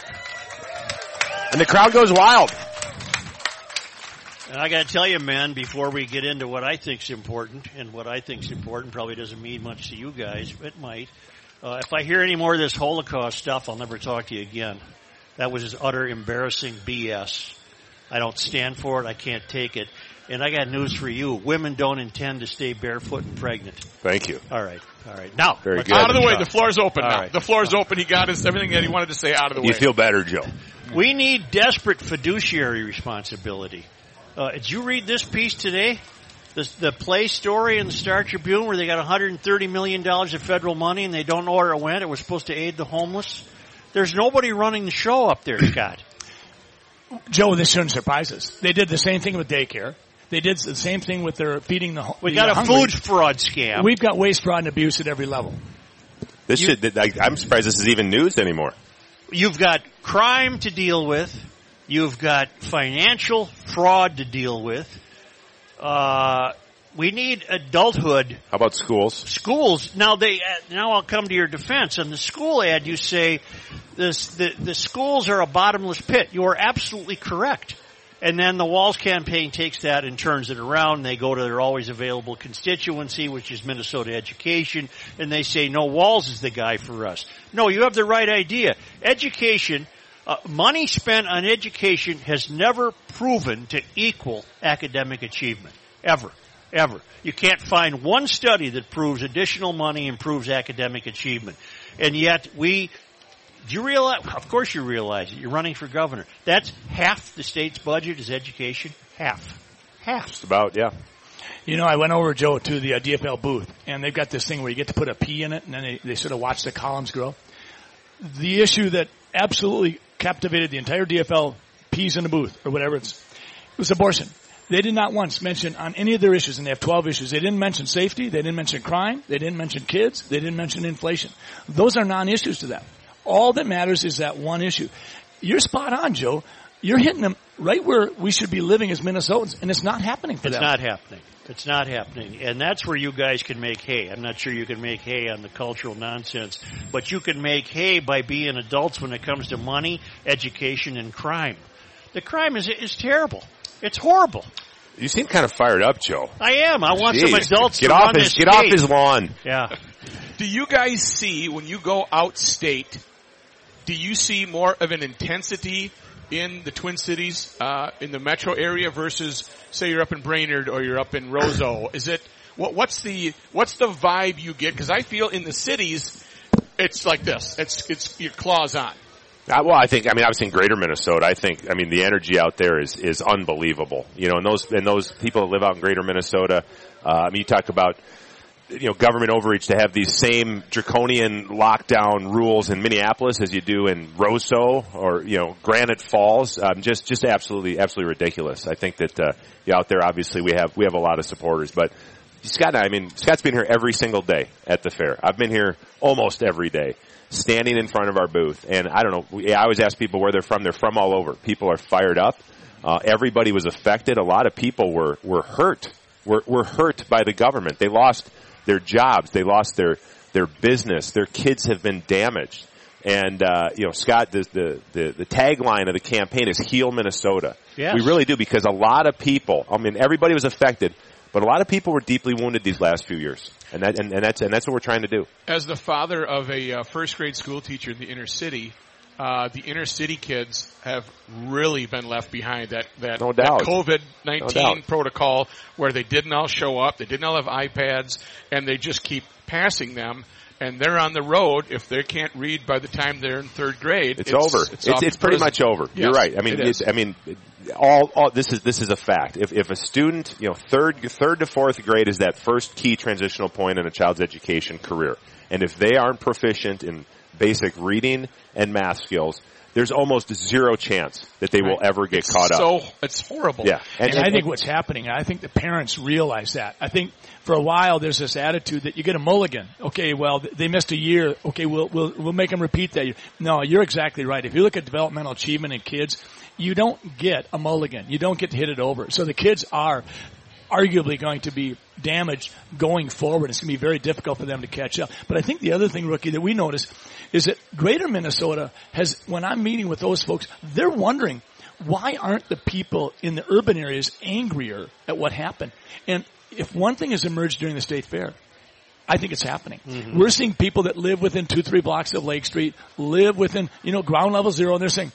S10: And the crowd goes wild.
S1: And I got to tell you, man, before we get into what I think's important, and what I think's important probably doesn't mean much to you guys, but it might. Uh, if I hear any more of this Holocaust stuff, I'll never talk to you again. That was just utter embarrassing BS. I don't stand for it. I can't take it. And I got news for you. Women don't intend to stay barefoot and pregnant.
S10: Thank you.
S1: All right. All right. Now,
S10: Very
S1: let's-
S10: good.
S7: Out of the way. The floor's open
S1: All
S7: now.
S1: right.
S7: The floor's open. He got his everything that he wanted to say out of the way.
S10: You feel better, Joe.
S1: We need desperate fiduciary responsibility. Uh, did you read this piece today? This, the play story in the Star Tribune where they got $130 million of federal money and they don't know where it went. It was supposed to aid the homeless. There's nobody running the show up there, Scott.
S11: Joe, this shouldn't surprise us. They did the same thing with daycare. They did the same thing with their feeding the. hu-
S1: We
S11: the
S1: got a
S11: hungry.
S1: food fraud scam.
S11: We've got waste, fraud, and abuse at every level.
S10: This should. I, I'm surprised this is even news anymore.
S1: You've got crime to deal with. You've got financial fraud to deal with. Uh, we need adulthood.
S10: How about schools?
S1: Schools. Now they. Uh, now I'll come to your defense. On the school ad, you say this, the the schools are a bottomless pit. You are absolutely correct. And then the Walls campaign takes that and turns it around. They go to their always available constituency, which is Minnesota Education, and they say, no, Walls is the guy for us. No, you have the right idea. Education, uh, money spent on education has never proven to equal academic achievement. Ever. Ever. You can't find one study that proves additional money improves academic achievement. And yet we do you realize? Of course, you realize it. You're running for governor. That's half the state's budget is education. Half. Half.
S10: Just about. Yeah.
S11: You know, I went over, Joe, to the uh, DFL booth, and they've got this thing where you get to put a pea in it, and then they, they sort of watch the columns grow. The issue that absolutely captivated the entire DFL, peas in the booth, or whatever it's, was abortion. They did not once mention on any of their issues, and they have 12 issues, they didn't mention safety, they didn't mention crime, they didn't mention kids, they didn't mention inflation. Those are non-issues to them. All that matters is that one issue. You're spot on, Joe. You're hitting them right where we should be living as Minnesotans, and it's not happening for
S1: It's
S11: them.
S1: not happening. It's not happening. And that's where you guys can make hay. I'm not sure you can make hay on the cultural nonsense, but you can make hay by being adults when it comes to money, education, and crime. The crime is is terrible. It's horrible.
S10: You seem kind of fired up, Joe.
S1: I am. I want some
S10: Jeez.
S1: adults
S10: Get
S1: to
S10: off
S1: run
S10: his
S1: this
S10: get off
S1: state.
S10: his lawn.
S1: Yeah.
S7: Do you guys see when you go out state? Do you see more of an intensity in the Twin Cities, uh, in the metro area versus say you're up in Brainerd or you're up in Roseau? Is it what, what's the what's the vibe you get? Because I feel in the cities, it's like this. It's it's your claws on.
S10: Uh, well, I think I mean I was in Greater Minnesota. I think I mean the energy out there is is unbelievable. You know, and those and those people that live out in Greater Minnesota. Uh, I mean, you talk about you know government overreach to have these same draconian lockdown rules in Minneapolis as you do in Roseau or you know Granite Falls. Um, just just absolutely absolutely ridiculous. I think that uh, yeah, out there obviously we have we have a lot of supporters, but. Scott and I, I mean, Scott's been here every single day at the fair. I've been here almost every day, standing in front of our booth. And I don't know, we, I always ask people where they're from. They're from all over. People are fired up. Uh, everybody was affected. A lot of people were, were hurt. Were, were hurt by the government. They lost their jobs. They lost their, their business. Their kids have been damaged. And, uh, you know, Scott, the, the, the, the tagline of the campaign is Heal Minnesota.
S1: Yes.
S10: We really do because a lot of people, I mean, everybody was affected, but a lot of people were deeply wounded these last few years. And that, and, and that's, and that's what we're trying to do.
S7: As the father of a uh, first grade school teacher in the inner city, uh, the inner city kids have really been left behind. That that,
S10: No doubt.
S7: COVID
S10: No
S7: nineteen
S10: doubt.
S7: protocol, where they didn't all show up, they didn't all have iPads, and they just keep passing them. And they're on the road. If they can't read by the time they're in third grade,
S10: It's, over. It's,
S7: off
S10: it's,
S7: to
S10: pretty
S7: prison.
S10: much over. You're
S7: Yes,
S10: right. I mean,
S7: it
S10: it's,
S7: is.
S10: I mean, all, all, this is, this is a fact. If, if a student, you know, third, third to fourth grade is that first key transitional point in a child's education career. And if they aren't proficient in basic reading and math skills, there's almost zero chance that they will ever get caught up.
S7: So it's horrible.
S10: Yeah.
S11: And,
S10: And-
S11: I
S10: and-
S11: think what's happening, I think the parents realize that. I think for a while there's this attitude that you get a mulligan. Okay, well th- they missed a year. Okay, we'll we'll we'll make them repeat that. year. No, you're exactly right. If you look at developmental achievement in kids, you don't get a mulligan. You don't get to hit it over. So the kids are arguably going to be damaged going forward. It's going to be very difficult for them to catch up. But I think the other thing, rookie, that we notice is that Greater Minnesota has, when I'm meeting with those folks, they're wondering why aren't the people in the urban areas angrier at what happened? And if one thing has emerged during the state fair, I think it's happening. We're seeing people that live within two, three blocks of Lake Street, live within, you know, ground level zero, and they're saying,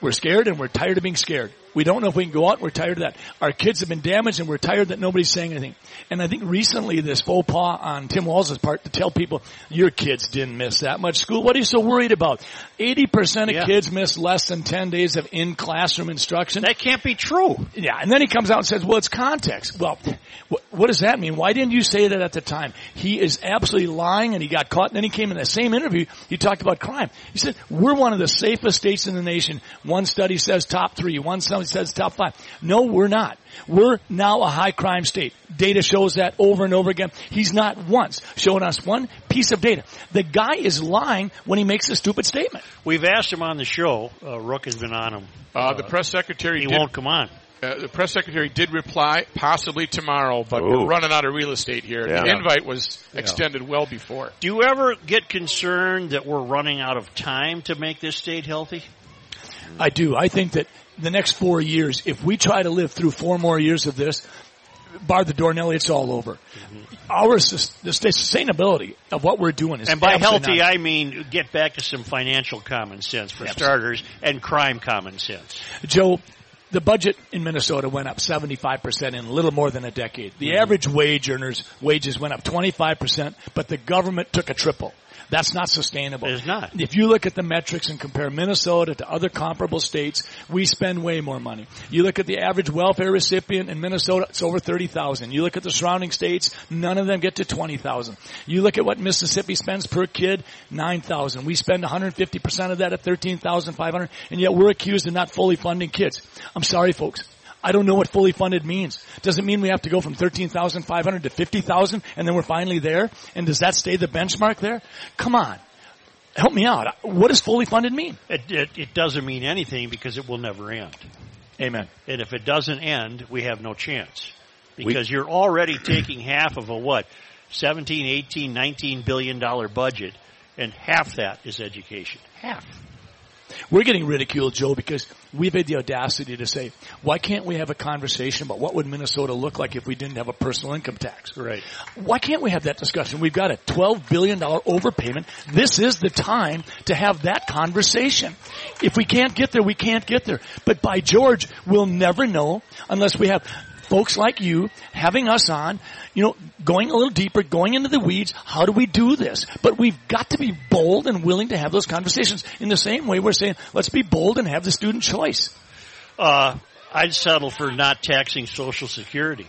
S11: we're scared and we're tired of being scared. We don't know if we can go out. We're tired of that. Our kids have been damaged and we're tired that nobody's saying anything. And I think recently this faux pas on Tim Walz's part to tell people, your kids didn't miss that much school. What are you so worried about? 80% of
S1: Yeah.
S11: kids miss less than 10 days of in-classroom instruction.
S1: That can't be true.
S11: Yeah. And then he comes out and says, well, it's context. Well, what, what does that mean? Why didn't you say that at the time? He is absolutely lying and he got caught. And then he came in that same interview. He talked about crime. He said, we're one of the safest states in the nation. One study says top three. One study says top five. No, we're not. We're now a high crime state. Data shows that over and over again. He's not once shown us one piece of data. The guy is lying when he makes a stupid statement.
S1: We've asked him on the show. Uh, Rook has been on him.
S7: Uh, the press secretary
S1: He
S7: did-
S1: won't come on.
S7: Uh, the press secretary did reply, possibly tomorrow, but
S1: Ooh.
S7: we're running out of real estate here. The
S1: Yeah.
S7: invite was
S1: Yeah.
S7: extended well before.
S1: Do you ever get concerned that we're running out of time to make this state healthy?
S11: I do. I think that the next four years, if we try to live through four more years of this, bar the Dornelli, it's all over. Our sus- the sustainability of what we're doing is
S1: Mm-hmm. And by
S11: absolutely
S1: healthy,
S11: not-
S1: I mean get back to some financial common sense for
S11: Yes.
S1: starters and crime common sense.
S11: Joe, the budget in Minnesota went up 75% in a little more than a decade. The average wage earners' wages went up 25%, but the government took a triple. That's not sustainable. It's
S1: not.
S11: If you look at the metrics and compare Minnesota to other comparable states, we spend way more money. You look at the average welfare recipient in Minnesota, it's over 30,000. You look at the surrounding states, none of them get to 20,000. You look at what Mississippi spends per kid, 9,000. We spend 150% of that at 13,500, and yet we're accused of not fully funding kids. I'm sorry folks. I don't know what fully funded means. Does it mean we have to go from 13,500 to 50,000 and then we're finally there? And does that stay the benchmark there? Come on. Help me out. What does fully funded mean?
S1: It, it, it doesn't mean anything because it will never end.
S11: Amen.
S1: And if it doesn't end, we have no chance because you're already taking half of a what, 17, 18, 19 billion dollar budget, and half that is education. Half.
S11: We're getting ridiculed, Joe, because we've had the audacity to say, why can't we have a conversation about what would Minnesota look like if we didn't have a personal income tax?
S1: Right.
S11: Why can't we have that discussion? We've got a $12 billion overpayment. This is the time to have that conversation. If we can't get there, we can't get there. But by George, we'll never know unless we have folks like you having us on, you know, going a little deeper, going into the weeds. How do we do this? But we've got to be bold and willing to have those conversations in the same way we're saying, let's be bold and have the student choice.
S1: Uh, I'd settle for not taxing Social Security.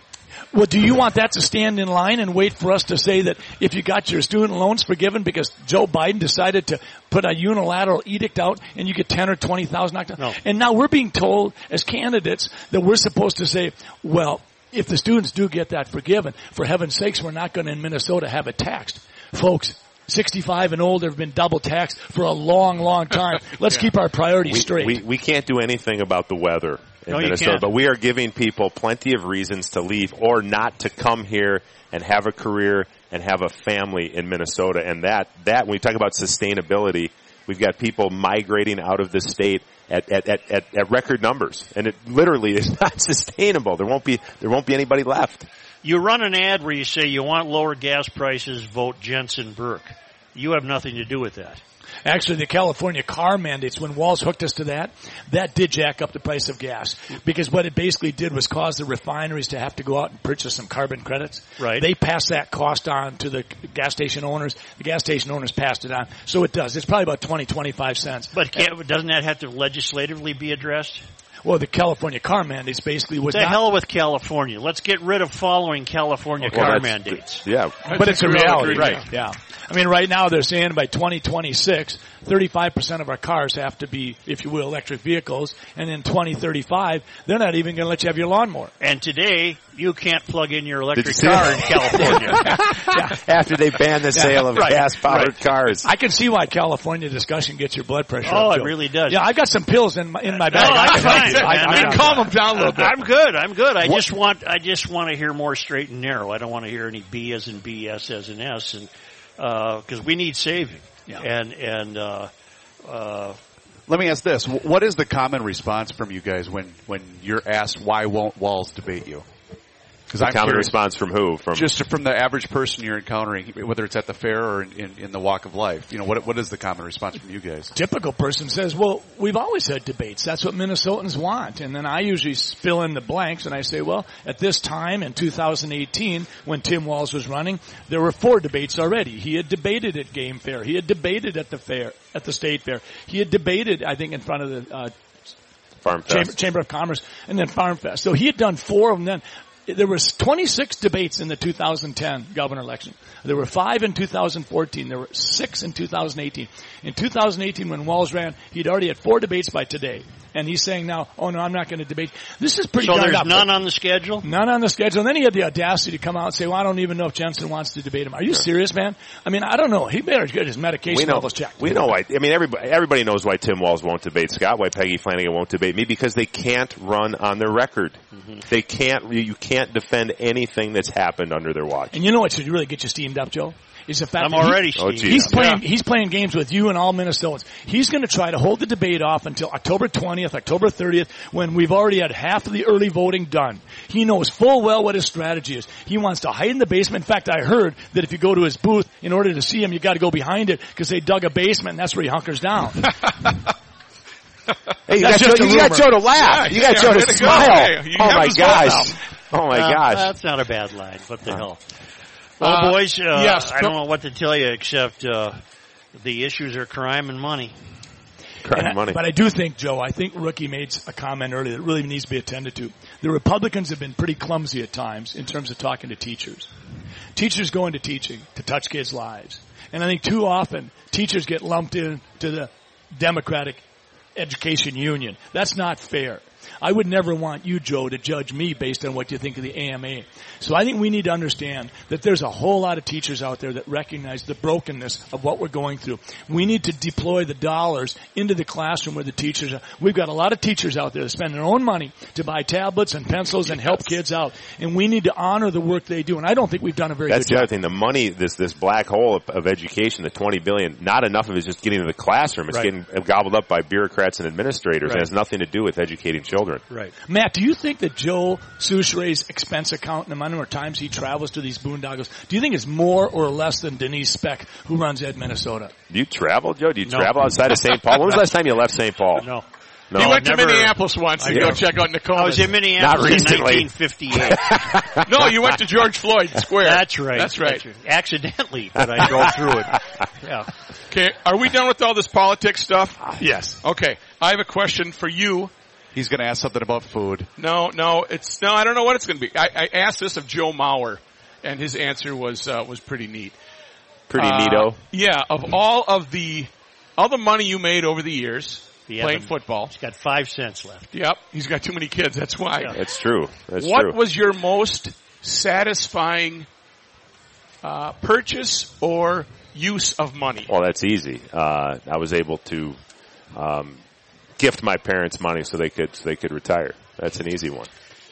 S11: Well, do you want that to stand in line and wait for us to say that if you got your student loans forgiven because Joe Biden decided to put a unilateral edict out and you get ten or twenty thousand knocked out? And now we're being told as candidates that we're supposed to say, well, if the students do get that forgiven, for heaven's sakes, we're not going to in Minnesota have it taxed, folks. 65 and older have been double taxed for a long, long time. Let's keep our priorities
S10: we,
S11: straight.
S10: We, we can't do anything about the weather in
S11: No, you
S10: Minnesota,
S11: can't.
S10: but we are giving people plenty of reasons to leave or not to come here and have a career and have a family in Minnesota. And that, that when we talk about sustainability, we've got people migrating out of the state at, at, at, at, at record numbers. And it literally is not sustainable. There won't be, there won't be anybody left.
S1: You run an ad where you say you want lower gas prices, vote Jensen Burke. You have nothing to do with that.
S11: Actually, the California car mandates, when Walls hooked us to that, that did jack up the price of gas. Because what it basically did was cause the refineries to have to go out and purchase some carbon credits.
S1: Right.
S11: They passed that cost on to the gas station owners. The gas station owners passed it on. So it does. It's probably about 20, 25 cents.
S1: But can't, doesn't that have to legislatively be addressed?
S11: Well, the California car mandates basically was
S1: to
S11: not.
S1: hell with California. Let's get rid of following California
S11: Well,
S1: car
S11: that's-
S1: mandates.
S10: Yeah.
S11: but it's a reality,
S1: right?
S11: right? Yeah. I mean, right now they're saying by 2026, 35% of our cars have to be, if you will, electric vehicles. And in 2035, they're not even going to let you have your lawnmower.
S1: And today, you can't plug in your
S11: Did you
S1: electric
S11: see
S1: car in
S11: that?
S1: California.
S10: After they ban the
S11: Yeah.
S10: sale of
S11: Right.
S10: gas-powered
S11: Right.
S10: cars.
S11: I can see why California discussion gets your blood pressure.
S1: Oh,
S11: up,
S1: it
S11: Joe.
S1: really does.
S11: Yeah, I've got some pills in my, in my
S1: No,
S11: bag. I
S1: I'm
S11: can help
S1: fine.
S11: you. I,
S1: man.
S11: I can
S1: I'm-
S11: calm them down a little bit.
S1: I'm good. I'm good. I
S11: What-
S1: just want I just want to hear more straight and narrow. I don't want to hear any B as in B, S as in S, and because we need saving. And and uh, uh,
S2: Let me ask this: Wh- What is the common response from you guys when when you're asked why won't Walls debate you?
S10: Is a
S2: I'm
S10: common
S2: curious.
S10: response from who? From
S2: Just from the average person you're encountering, whether it's at the fair or in, in, in the walk of life, you know, what, what is the common response from you guys?
S11: Typical person says, "Well, we've always had debates. That's what Minnesotans want." And then I usually fill in the blanks and I say, "Well, at this time in 2018, when Tim Walz was running, there were four debates already. He had debated at Game Fair. He had debated at the fair, at the State Fair. He had debated, I think, in front of the uh,
S10: Farm
S11: Chamber,
S10: Fest.
S11: Chamber of Commerce, and then Farm Fest. So he had done four of them then. There was 26 debates in the 2010 governor election. There were five in 2014. There were six in 2018. In 2018, when Walls ran, he'd already had four debates by today. And he's saying now, oh no, I'm not going to debate. This is pretty
S1: So
S11: darned
S1: there's
S11: up.
S1: none on the schedule?
S11: None on the schedule. And then he had the audacity to come out and say, well, I don't even know if Jensen wants to debate him. Are you serious, man? I mean, I don't know. He better get his medication levels checked.
S10: We know why. I mean, everybody everybody knows why Tim Walls won't debate Scott, why Peggy Flanagan won't debate me because they can't run on their record. They can't. You you can't defend anything that's happened under their watch. Oh,
S11: And you know what should really get you steamed up, Joe? Is the fact
S10: I'm
S11: that he-
S10: already steamed
S11: he's
S10: up.
S11: playing he's playing games with you and all Minnesotans. He's going to try to hold the debate off until October 20th, October 30th, when we've already had half of the early voting done. He knows full well what his strategy is. He wants to hide in the basement. In fact, I heard that if you go to his booth in order to see him, you got to go behind it because they dug a basement. and That's where he hunkers down.
S10: Hey, you
S11: That's
S10: got,
S11: just
S10: Joe,
S11: a
S10: you got
S11: rumor.
S10: Joe to laugh.
S11: Yeah,
S10: you got
S11: yeah,
S10: Joe
S11: way
S10: to
S11: to go.
S10: smile.
S11: Hey, you
S10: oh
S11: have
S10: my
S11: to smile
S10: gosh. Oh my
S1: Uh,
S10: gosh.
S1: That's not a bad line. What the hell? Well, boys, uh,
S10: yes,
S1: I don't know what to tell you except uh, the issues are crime and money.
S10: Crime
S11: And I- But I do think, Joe, I think Rookie made a comment earlier that really needs to be attended to. The Republicans have been pretty clumsy at times in terms of talking to teachers. Teachers go into teaching to touch kids' lives. And I think too often teachers get lumped in to the Democratic Education Union. That's not fair. I would never want you, Joe, to judge me based on what you think of the AMA. So I think we need to understand that there's a whole lot of teachers out there that recognize the brokenness of what we're going through. We need to deploy the dollars into the classroom where the teachers are. We've got a lot of teachers out there that spend their own money to buy tablets and pencils and help kids out. And we need to honor the work they do. And I don't think we've done a very
S10: That's
S11: good
S10: the
S11: job.
S10: other thing. The money, this this black hole of, of education, the twenty billion, not enough of it is just getting to the classroom. It's
S11: Right.
S10: getting uh, gobbled up by bureaucrats and administrators.
S11: Right.
S10: It has nothing to do with educating children.
S11: Right. Matt, do you think that Joe Souchere's expense account and the number of times he travels to these boondoggles, do you think it's more or less than Denise Speck, who runs Ed Minnesota?
S10: Do you travel, Joe? Do you
S11: No.
S10: travel outside of St. Paul? When was the last time you left St. Paul?
S1: No.
S10: No.
S7: he went to Minneapolis once to
S10: Yeah.
S7: go check on Nicole.
S1: I was in Minneapolis
S10: Not recently.
S1: in 1958.
S7: no, you went to George Floyd Square.
S1: That's right.
S7: That's right.
S1: Accidentally, but I drove through it. Yeah.
S7: Okay, are we done with all this politics stuff?
S10: Ah,
S11: Yes.
S7: Okay, I have a question for you.
S2: He's going to ask something about food.
S7: No, no, it's no. I don't know what it's going to be. I, I asked this of Joe Mauer, and his answer was uh, was pretty neat.
S10: Pretty
S7: Uh,
S10: neato.
S7: Yeah, of all of the all the money you made over the years playing
S1: Evan.
S7: football, he's
S1: got five cents left.
S7: Yep, he's got too many kids. That's why.
S10: That's true. That's
S7: what
S10: true.
S7: was your most satisfying uh, purchase or use of money?
S10: Well, that's easy. Uh, I was able to um, gift my parents money so they could so they could retire. That's an easy one.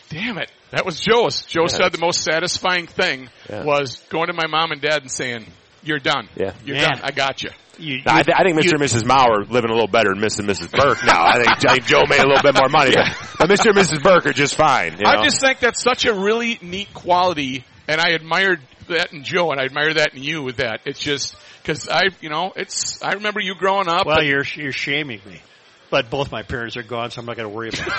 S7: Damn it, that was Joe's. Joe
S10: Yeah,
S7: said the most satisfying thing
S10: Yeah.
S7: was going to my mom and dad and saying, "You're done.
S10: Yeah.
S7: You're
S10: Man.
S7: done. I got you."
S10: No, I, th- I think Mr. and Mrs. Mauer are living a little better than Mr. and Mrs. Burke now. I think, I think Joe made a little bit more money, but, but Mr. and Mrs. Burke are just fine. You know?
S7: I just think that's such a really neat quality, and I admired that in Joe, and I admire that in you with that. It's just because I, you know, it's I remember you growing up.
S1: Well,
S7: and-
S1: you're you're shaming me, but both my parents are gone, so I'm not going to worry about it.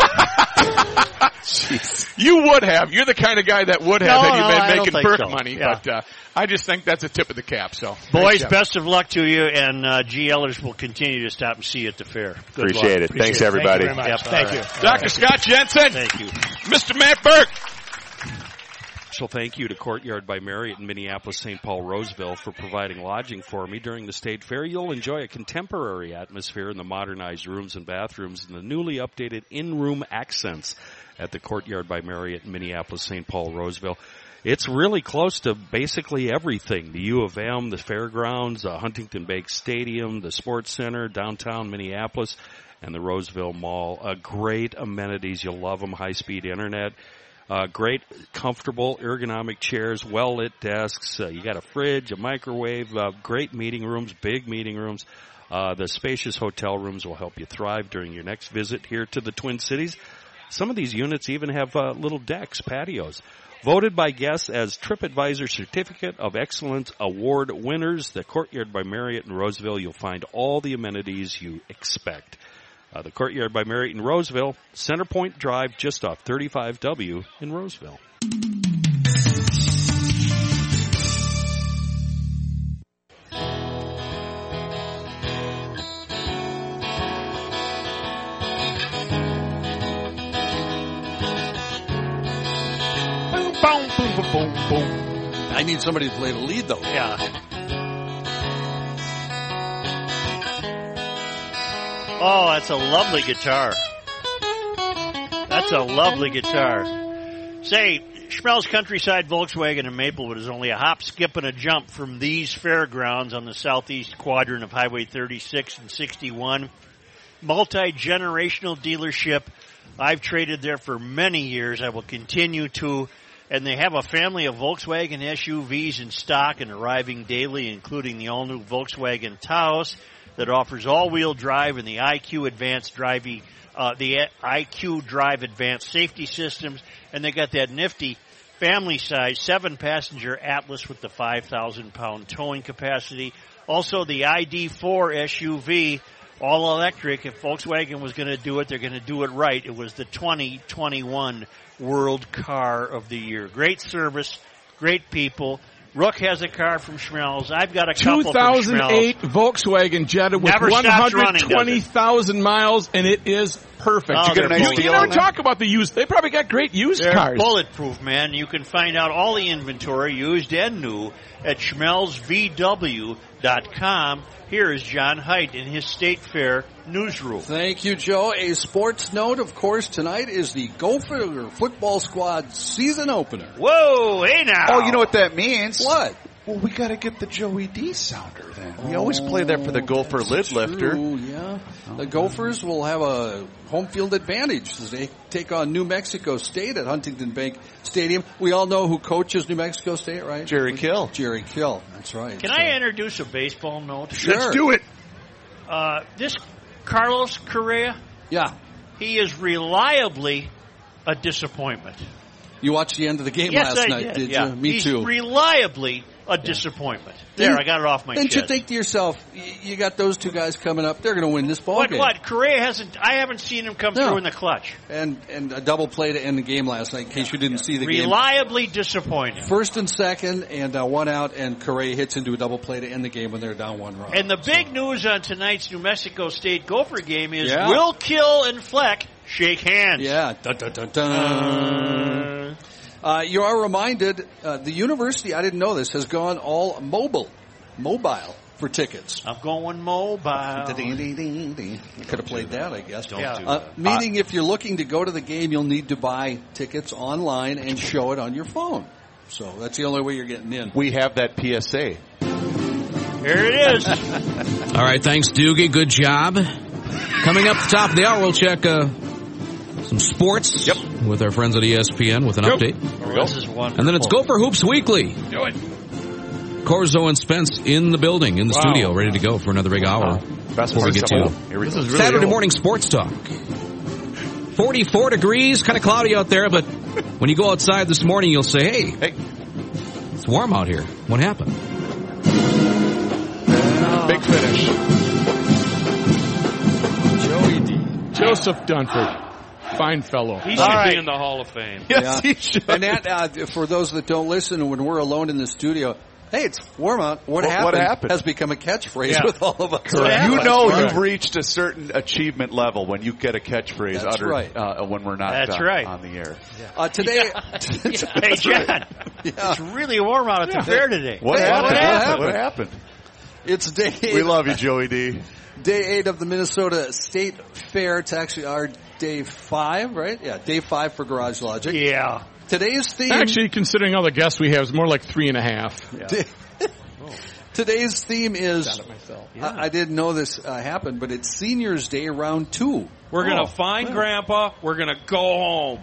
S7: you would have. You're the kind of guy that would have
S1: No,
S7: had you
S1: no, I
S7: been
S1: don't
S7: making
S1: think
S7: Burke
S1: so.
S7: money.
S1: Yeah.
S7: But uh, I just think that's a tip of the cap. So,
S1: Boys,
S7: Great job.
S1: best of luck to you, and uh, GLers will continue to stop and see you at the fair. Good
S10: Appreciate
S1: luck.
S10: it. Thanks, everybody.
S1: Thank you. very
S10: Yep.
S1: much.
S10: Thank
S1: All
S10: you.
S1: right.
S7: Dr. Scott Jensen.
S1: Thank you.
S7: Mr. Matt Burke.
S3: Special thank you to Courtyard by Marriott in Minneapolis, St. Paul, Roseville for providing lodging for me during the state fair. You'll enjoy a contemporary atmosphere in the modernized rooms and bathrooms and the newly updated in-room accents at the Courtyard by Marriott in Minneapolis, St. Paul, Roseville. It's really close to basically everything. The U of M, the fairgrounds, the Huntington Bank Stadium, the Sports Center, downtown Minneapolis, and the Roseville Mall. Uh, great amenities. You'll love them. High-speed internet. Uh, great, comfortable, ergonomic chairs, well lit desks. Uh, you got a fridge, a microwave, uh, great meeting rooms, big meeting rooms. Uh, the spacious hotel rooms will help you thrive during your next visit here to the Twin Cities. Some of these units even have uh, little decks, patios. Voted by guests as TripAdvisor Certificate of Excellence Award winners, the Courtyard by Marriott in Roseville, you'll find all the amenities you expect. Uh, the Courtyard by Marriott in Roseville, Center Point Drive, just off 35W in Roseville.
S7: Boom, boom, boom, boom, boom, boom.
S4: I need somebody to play the lead, though.
S1: Yeah. Oh, that's a lovely guitar. That's a lovely guitar. Say, Schmel's Countryside Volkswagen in Maplewood is only a hop, skip, and a jump from these fairgrounds on the southeast quadrant of Highway 36 and 61. Multi generational dealership. I've traded there for many years. I will continue to. And they have a family of Volkswagen SUVs in stock and arriving daily, including the all new Volkswagen Taos that offers all-wheel drive and the IQ Advanced Drive, uh, the IQ Drive Advanced Safety Systems, and they got that nifty family-size seven-passenger Atlas with the 5,000-pound towing capacity. Also, the ID4 SUV, all electric. If Volkswagen was going to do it, they're going to do it right. It was the 2021 World Car of the Year. Great service, great people. Rook has a car from Schmelz. I've got a couple from Schmelz.
S7: 2008 Volkswagen Jetta with
S1: Never stops running, does it?
S7: 120,000 miles, and it is perfect.
S1: Oh, You get a they're nice
S7: you,
S1: deal
S7: you
S1: on
S7: don't
S1: that?
S7: talk about the used. They probably got great used
S1: They're
S7: cars.
S1: bulletproof, man. You can find out all the inventory, used and new, at schmelzvw.com. Here is John Height in his State Fair newsroom.
S4: Thank you, Joe. A sports note, of course, tonight is the Gopher football squad season opener.
S1: Whoa, hey now.
S2: Oh, you know what that means?
S4: What?
S2: Well, we got to get the Joey D sounder then. We always play that for the Gopher lid lifter.
S4: Ooh, Oh, yeah. The Gophers will have a home field advantage as they take on New Mexico State at Huntington Bank Stadium. We all know who coaches New Mexico State, right?
S2: Jerry Kill.
S4: Jerry Kill. That's right.
S1: Can I introduce a baseball note?
S4: Sure. Let's do it.
S1: Uh, this Carlos Correa,
S4: Yeah.
S1: he is reliably a disappointment.
S4: You watched the end of the game
S1: yes,
S4: last
S1: I
S4: night,
S1: did.
S4: did
S1: yeah.
S4: you? Me
S1: He's
S4: too.
S1: reliably a disappointment. There, I got it off my
S4: Didn't
S1: chest.
S4: you think to yourself, y- you got those two guys coming up, they're going to win this ball
S1: But
S4: game.
S1: what? Correa hasn't. I haven't seen him come
S4: No.
S1: through in the clutch.
S4: And and a double play to end the game last night. In case you didn't see the
S1: Reliably disappointing.
S4: game, first and second, and uh, one out, and Correa hits into a double play to end the game when they're down one run.
S1: And the big news on tonight's New Mexico State Gopher game is
S4: Yeah.
S1: Will Kill and Fleck shake hands.
S4: Yeah. Dun, dun, dun, dun. Uh, you are reminded uh, the university. I didn't know this has gone all mobile, mobile for tickets.
S1: I'm going mobile.
S4: I could have played that, I guess.
S1: Don't Yeah. do
S4: Uh, meaning, if you're looking to go to the game, you'll need to buy tickets online and show it on your phone. So that's the only way you're getting in.
S2: We have that PSA.
S1: Here it is.
S12: All right, thanks, Doogie. Good job. Coming up at the top of the hour, we'll check uh, some sports with our friends at E ESPN with an
S1: Yep.
S12: update.
S1: This is wonderful.
S12: And then it's Gopher Hoops Weekly.
S1: Do it.
S12: Corzo and Spence in the building, in the
S1: Wow.
S12: studio, ready to go for another big hour.
S2: Best
S12: Before we
S2: words
S12: get
S2: of
S12: to
S2: all. Here we This go. is really
S12: Saturday
S2: old.
S12: morning sports talk. 44 degrees, kind of cloudy out there, but when you go outside this morning, you'll say, hey, hey. it's warm out here. What happened?
S2: Big finish.
S4: Joey D.
S7: Joseph Dunford. Fine fellow.
S3: He should be in the Hall of Fame.
S4: And that, uh, for those that don't listen, when we're alone in the studio, hey, it's warm out. What,
S2: What- what
S4: happened,
S2: happened?
S4: has become a catchphrase
S2: Yeah.
S4: with all of us.
S2: You know
S4: Right.
S2: you've reached a certain achievement level when you get a catchphrase
S4: That's
S2: uttered
S4: right.
S2: uh, when we're not
S4: That's
S2: uh,
S4: right.
S2: on the air.
S4: Uh, today,
S1: Hey, John. It's really warm out at the fair today.
S2: What
S1: Hey,
S2: happened?
S1: What happened?
S2: What happened?
S4: It's day eight.
S2: We love you, Joey D.
S4: Day eight of the Minnesota State Fair. It's actually our day five, right? Yeah, day five for Garage Logic.
S1: Yeah.
S4: Today's theme.
S7: Actually, considering all the guests we have, it's more like three and a half.
S3: Oh.
S4: Today's theme is. I, I didn't know this uh, happened, but it's Seniors Day round two.
S3: We're
S4: Oh.
S3: going to find Grandpa. We're going to go home.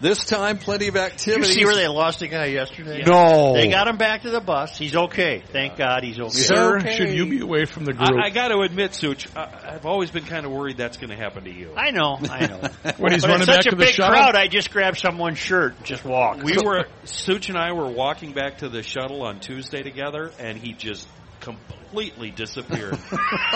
S4: This time, plenty of
S1: You
S4: activity.
S1: see where they lost a guy yesterday?
S4: No.
S1: They got him back to the bus. He's okay. Thank God he's okay.
S3: Sir, should you be
S7: away from the
S3: I, I got to admit, Such, I, I've always been kind of worried that's going to happen to you.
S1: I know, I know.
S3: When he's
S1: but
S3: running
S1: it's such
S3: back
S1: a
S3: to the
S1: big
S3: shuttle?
S1: crowd, I just grabbed someone's shirt and just walked.
S3: We were Such and I were walking back to the shuttle on Tuesday together, and he just completely disappeared.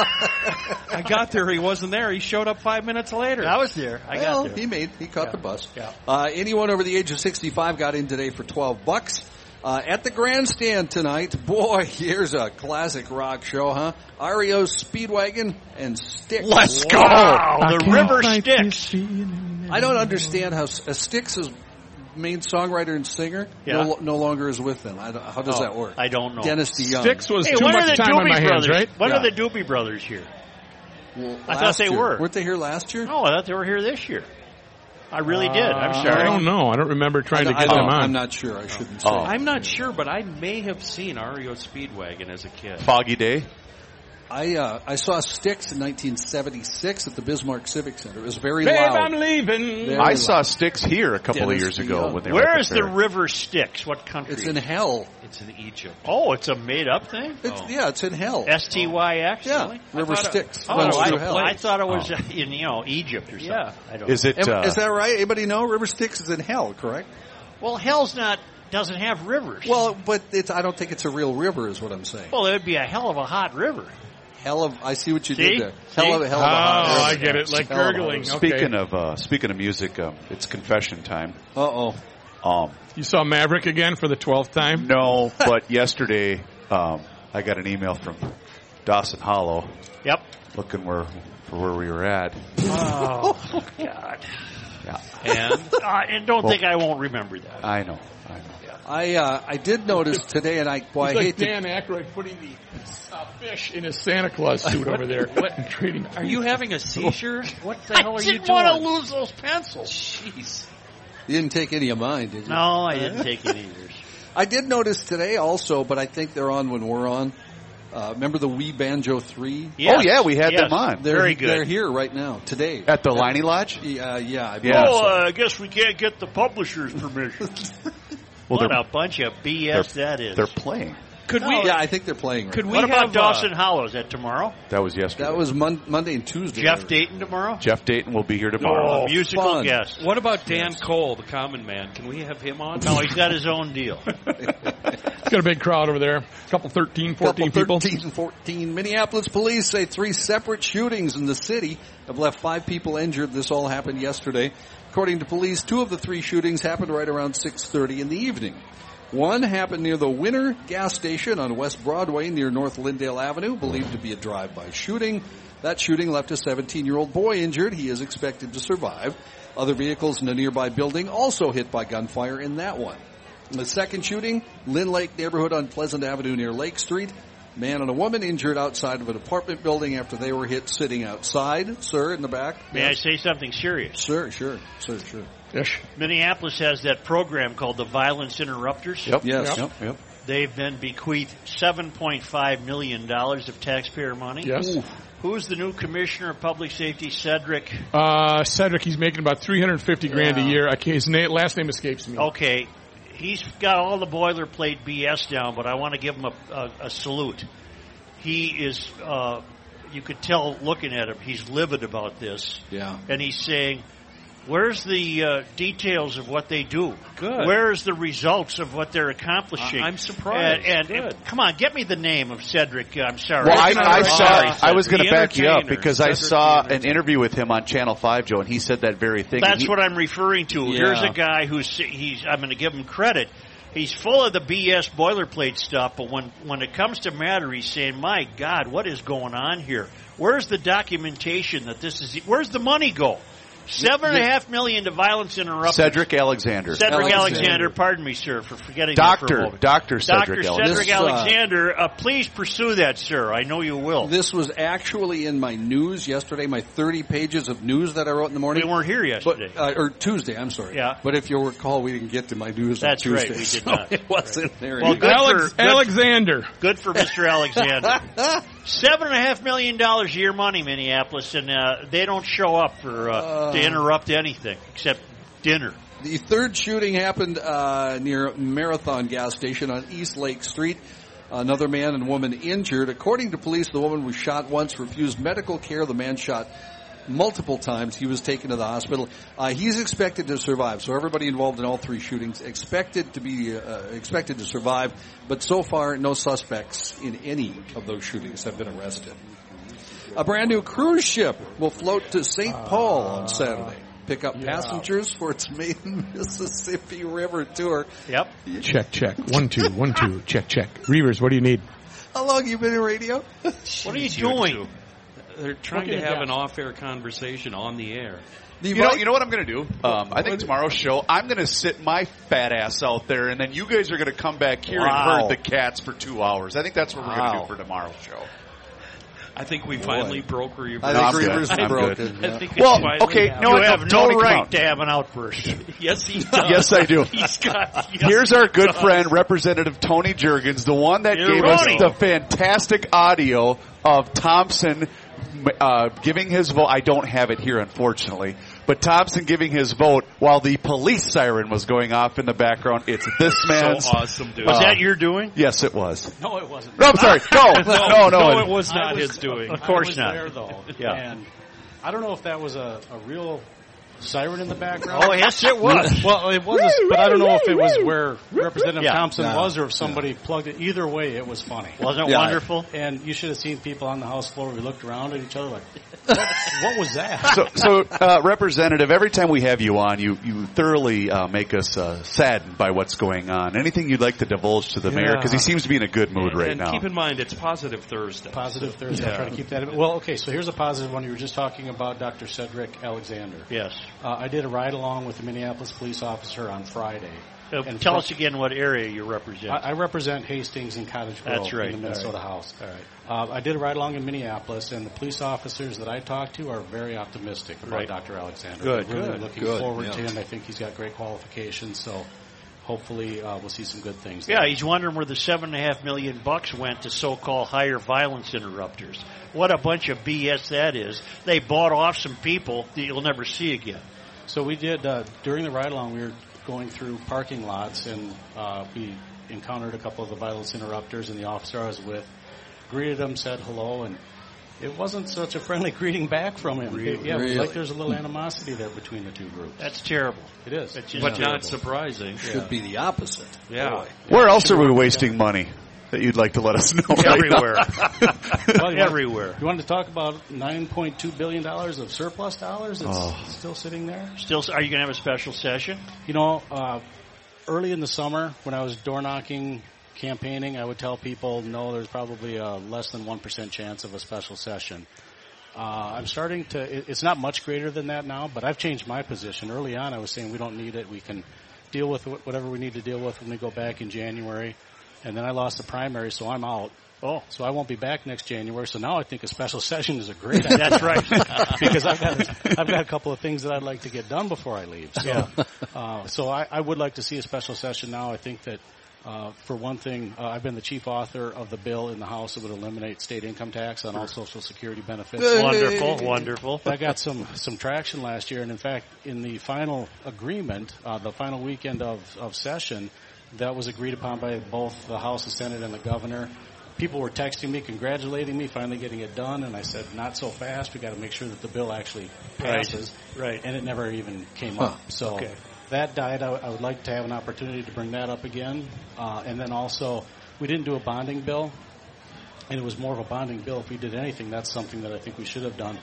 S3: I got there, he wasn't there. He showed up five minutes later.
S1: I was there. I
S4: well, he made he caught the bus. Uh, anyone over the age of 65 got in today for 12 bucks. Uh, at the grandstand tonight, boy, here's a classic rock show, huh? REO Speedwagon and Styx.
S1: Let's go! The River Styx.
S4: I don't understand how S- uh, Styx's main songwriter and singer
S1: Yeah.
S4: no, no longer is with them. I don't- how does
S1: Oh,
S4: that work?
S1: I don't know.
S4: Dennis DeYoung.
S1: hey, when are the Doobie brothers? When are the Doobie Brothers here?
S4: Well,
S1: I thought
S4: last
S1: they
S4: year.
S1: were.
S4: Weren't they here last year? Uh,
S1: No, I thought they were here this year. I really did. I'm
S7: Uh, I
S1: sorry.
S7: don't know. I don't remember trying
S4: I-
S7: to
S4: I
S7: get
S4: don't-
S7: them on.
S4: I'm not sure. I shouldn't
S7: Oh.
S3: I'm not sure, but I may have seen REO Speedwagon as a kid.
S2: Foggy day.
S4: I uh, I saw Styx in 1976 at the Bismarck Civic Center. It was very
S2: Babe,
S4: loud.
S2: I'm
S1: leaving.
S4: Very
S2: I
S4: loud.
S2: saw Sticks here a couple
S4: Dennis
S2: of years ago
S4: DeYoung.
S2: when they were
S1: Where
S2: at
S1: is
S2: fair.
S1: the River Styx? What country?
S4: It's in hell.
S3: It's in Egypt.
S1: Oh, it's a made-up thing. Oh.
S4: It's, Yeah, it's in hell.
S1: S T Y X.
S4: Yeah,
S1: really?
S4: River
S1: I thought it-
S4: Styx
S1: Oh,
S4: runs
S1: I,
S4: through hell.
S1: I thought it was
S4: Oh.
S1: in you know Egypt or something. Yeah, I don't.
S2: Is it, uh,
S4: Am- is that right? Anybody know River Styx is in hell? Correct.
S1: Well, hell's not doesn't have rivers.
S4: Well, but it's I don't think it's a real river, is what I'm saying.
S1: Well, it would be a hell of a hot river.
S4: Hell of I see what you
S1: See?
S4: did there. Hell of a hell of
S1: See?
S4: a hot
S1: Oh,
S4: river.
S1: I get it, like
S4: Hell of a hot
S1: gurgling.
S4: river.
S2: Speaking of uh, speaking of music, um, it's confession time.
S4: Uh
S2: oh. Um,
S7: you saw Maverick again for the twelfth time?
S2: No, but yesterday um, I got an email from Dawson Hollow.
S1: Yep.
S2: Looking where for where we were at.
S1: Oh God!
S2: Yeah.
S1: And uh, and don't
S2: Well-
S1: think I won't remember that.
S2: I know. I know.
S4: I uh, I did notice today, and I boy, I
S7: He's like
S4: hate to-
S7: Dan Aykroyd putting the uh, fish in his Santa Claus suit over there. and treating
S3: Are you having a seizure? What the
S1: I
S3: hell are you doing?
S1: didn't want to lose those pencils.
S3: Jeez.
S4: You didn't take any of mine, did you?
S1: No, I didn't take any of yours.
S4: I did notice today also, but I think they're on when we're on. Uh, remember the Wee Banjo 3?
S2: Yes. Oh, yeah, we had Yes. them on.
S4: They're,
S2: Very good.
S4: They're here right now, today.
S2: At the Liney Lodge?
S4: Yeah, yeah. I
S2: Yeah.
S4: believe
S1: Oh,
S4: so.
S1: uh, I guess we can't get the publisher's permission.
S2: Well,
S1: what
S2: they're-
S1: a bunch of BS that is.
S2: They're playing.
S3: Could
S4: we- Yeah, I think they're playing right
S1: Could
S4: now.
S1: we?
S4: What
S1: What
S4: about
S2: uh,
S1: about Dawson Hollow? Is that tomorrow?
S2: That was yesterday.
S4: That was Mon- Monday and Tuesday.
S1: Jeff Dayton tomorrow.
S2: Jeff Dayton will be here tomorrow.
S1: Oh, musical guest.
S3: What about Dan Cole, the common man? Can we have him on?
S1: No, he's got his own deal.
S7: He's got a big crowd over there. A couple 13, 14 people.
S4: Couple 13 and 14. Minneapolis police say three separate shootings in the city have left five people injured. This all happened yesterday. According to police, two of the three shootings happened right around 6.30 in the evening. One happened near the Winter gas station on West Broadway near North Lindale Avenue, believed to be a drive-by shooting. That shooting left a 17-year-old boy injured. He is expected to survive. Other vehicles in a nearby building also hit by gunfire in that one. The second shooting, Lynn Lake neighborhood on Pleasant Avenue near Lake Street. Man and a woman injured outside of an apartment building after they were hit sitting outside. Sir, in the back.
S1: May I say something serious?
S4: Sure, sure, sure, sure.
S1: Minneapolis has that program called the Violence Interrupters.
S4: Yep. Yes. Yep. Yep.
S1: They've been bequeathed seven point five million dollars of taxpayer money.
S7: Yes. Ooh.
S1: Who's the new commissioner of public safety, Cedric?
S7: Uh, Cedric, he's making about 350 grand
S1: Yeah.
S7: a year. I can't, his na- last name escapes
S4: Oh,
S7: me.
S1: Okay, he's got all the boilerplate BS down, but I want to give him a, a, a salute. He is, uh, you could tell looking at him, he's livid about this.
S4: Yeah.
S1: And he's saying, Where's the uh, details of what they do?
S3: Good.
S1: Where's the results of what they're accomplishing?
S3: I- I'm surprised.
S1: And, and- and- come on, get me the name of Cedric. uh, I'm sorry.
S2: Well, I, I saw. I was going
S1: The
S2: to back you up
S1: entertainer,
S2: because I
S1: Cedric
S2: saw an interview with him on Channel Five, Joe, and he said that very thing.
S1: That's
S2: He-
S1: what I'm referring to.
S2: Yeah.
S1: Here's a guy who's he's. I'm going to give him credit. He's full of the BS boilerplate stuff, but when when it comes to matter, he's saying, "My God, what is going on here? Where's the documentation that this is? Where's the money go? Seven and a half million to violence interrupted.
S2: Cedric Alexander.
S1: Cedric Alexander. Pardon me, sir, for forgetting. you for a
S2: Doctor,
S1: moment.
S2: Doctor
S1: Dr.
S2: Cedric
S1: Cedric
S2: Alexander.
S1: Alexander, uh, please pursue that, sir. I know you will.
S4: This was actually in my news yesterday, my 30 pages of news that I wrote in the morning.
S1: We weren't here yesterday.
S4: Uh, or Tuesday, I'm sorry.
S1: Yeah.
S4: But if you'll recall, we didn't get to my news
S1: That's
S4: on Tuesday.
S1: right, we did
S4: so
S1: not.
S4: It wasn't there.
S1: Well, good
S7: Alex-
S1: for- good-
S7: Alexander.
S1: Good for Mr. Alexander. Seven and a half million dollars a year money, Minneapolis, and uh, they don't show up for uh,
S4: Uh.
S1: to interrupt anything except dinner.
S4: The third shooting happened uh, near Marathon gas station on East Lake Street. Another man and woman injured. According to police, the woman was shot once, refused medical care. The man shot multiple times. He was taken to the hospital. Uh, he's expected to survive. So everybody involved in all three shootings expected to be uh, expected to survive. But so far, no suspects in any of those shootings have been arrested. A brand new cruise ship will float to St. Paul on Saturday. Pick up passengers for its maiden Mississippi River tour.
S1: Yep.
S13: Check, check. One, two, one, two. Check, check. Reavers, what do you need?
S4: How long you been in radio?
S1: What are you doing?
S3: They're trying to have an off-air conversation on the air.
S2: You know, you know what I'm going to do? Um, I think tomorrow's show, I'm going to sit my fat ass out there, and then you guys are going to come back here and
S3: Wow.
S2: herd the cats for two hours. I think that's what we're going to
S3: Wow.
S2: do for tomorrow's show.
S3: I think we finally broke Reavers.
S2: I think No, I'm Reavers good. I'm broke good. it, yeah.
S3: I think
S2: Well,
S3: it's finally
S2: okay,
S3: happened.
S2: no,
S1: You have no
S2: Tony, come
S1: right
S2: out.
S1: to have an outburst.
S3: yes, he does.
S2: Yes, I do.
S3: He's got. yes,
S2: Here's our
S3: he
S2: good
S3: does.
S2: friend, Representative Tony Jurgens, the one that
S3: You're
S2: gave us
S3: right.
S2: the fantastic audio of Thompson uh, giving his vote. I don't have it here, unfortunately, but Thompson giving his vote while the police siren was going off in the background. It's this man's.
S3: awesome, dude.
S1: Was
S2: uh,
S1: that your doing?
S2: Yes, it was.
S3: No, it wasn't.
S2: No, I'm sorry. No, no, no.
S3: it was not his doing.
S1: Of course
S14: I was
S1: not.
S14: There though,
S1: Yeah.
S14: And I don't know if that was a, a real siren in the background.
S1: Oh, yes, it was.
S14: well, it was, but I don't know if it was where Representative
S1: Yeah.
S14: Thompson
S1: No.
S14: was or if somebody plugged it. Either way, it was funny.
S1: Wasn't it Yeah. wonderful?
S14: And you should have seen people on the House floor. We looked around at each other like, "What, what was that?"
S2: so, so uh, Representative, every time we have you on, you you thoroughly uh, make us uh, saddened by what's going on. Anything you'd like to divulge to the mayor because he
S14: Yeah.
S2: seems to be in a good mood right
S3: and
S2: now.
S3: keep in mind, it's Positive Thursday.
S14: Positive Thursday. I'll try to keep that. in- Well, okay. So here's a positive one. You were just talking about Dr. Cedric Alexander.
S1: Yes.
S14: Uh, I did a ride along with a Minneapolis police officer on Friday.
S1: Uh,
S14: And
S1: tell
S14: fro-
S1: us again what area you represent.
S14: I, I represent Hastings and Cottage Grove
S1: That's right.
S14: in the Minnesota
S1: All right.
S14: House. Uh, I did a ride along in Minneapolis, and the police officers that I talked to are very optimistic about
S1: Right.
S14: Dr. Alexander.
S1: Good,
S14: Really
S1: good,
S14: looking
S1: good,
S14: forward
S1: yeah.
S14: to him. I think he's got great qualifications, so hopefully uh, we'll see some good things.
S1: Yeah, he's wondering where the seven and a half million bucks went to so-called higher violence interrupters. What a bunch of BS that is! They bought off some people that you'll never see again.
S14: So we did uh, during the ride along. We were going through parking lots, and uh, we encountered a couple of the violence interrupters. And the officer I was with greeted him, said hello, and it wasn't such a friendly greeting back from him.
S1: Really?
S14: yeah, it was
S1: Really?
S14: like there's a little animosity there between the two groups.
S1: That's terrible.
S14: It is.
S1: That's
S14: Yeah.
S1: just
S14: But not
S1: terrible.
S3: surprising.
S4: Should be the opposite.
S3: Yeah.
S2: Where else are we wasting money that you'd like to let us know? right now?
S14: Well, you want-
S1: Everywhere.
S14: you want to talk about 9.2 billion dollars of surplus dollars that's
S1: Oh.
S14: still sitting there?
S1: Still, are you going to have a special session?
S14: You know, uh, early in the summer when I was door knocking, campaigning, I would tell people, no, there's probably a less than 1% chance of a special session. Uh, I'm starting to, it, it's not much greater than that now, but I've changed my position. Early on, I was saying we don't need it. We can deal with wh- whatever we need to deal with when we go back in January. And then I lost the primary, so I'm out. Oh, so I won't be back next January. So now I think a special session is a great idea.
S1: That's right.
S14: because I've got I've got a couple of things that I'd like to get done before I leave. So, uh, so I, I would like to see a special session now. I think that, uh, for one thing, uh, I've been the chief author of the bill in the House that would eliminate state income tax on all Social Security benefits.
S1: Wonderful, wonderful.
S14: I got some some traction last year, and in fact, in the final agreement, uh, the final weekend of of session, that was agreed upon by both the House, the Senate, and the governor. People were texting me, congratulating me, finally getting it done, and I said, "Not so fast. We got to make sure that the bill actually
S1: Right.
S14: passes."
S1: Right.
S14: And it never even came
S1: Huh.
S14: up. So
S1: Okay.
S14: that died. I, I would like to have an opportunity to bring that up again, uh, and then also we didn't do a bonding bill and it was more of a bonding bill. If we did anything, that's something that I think we should have done.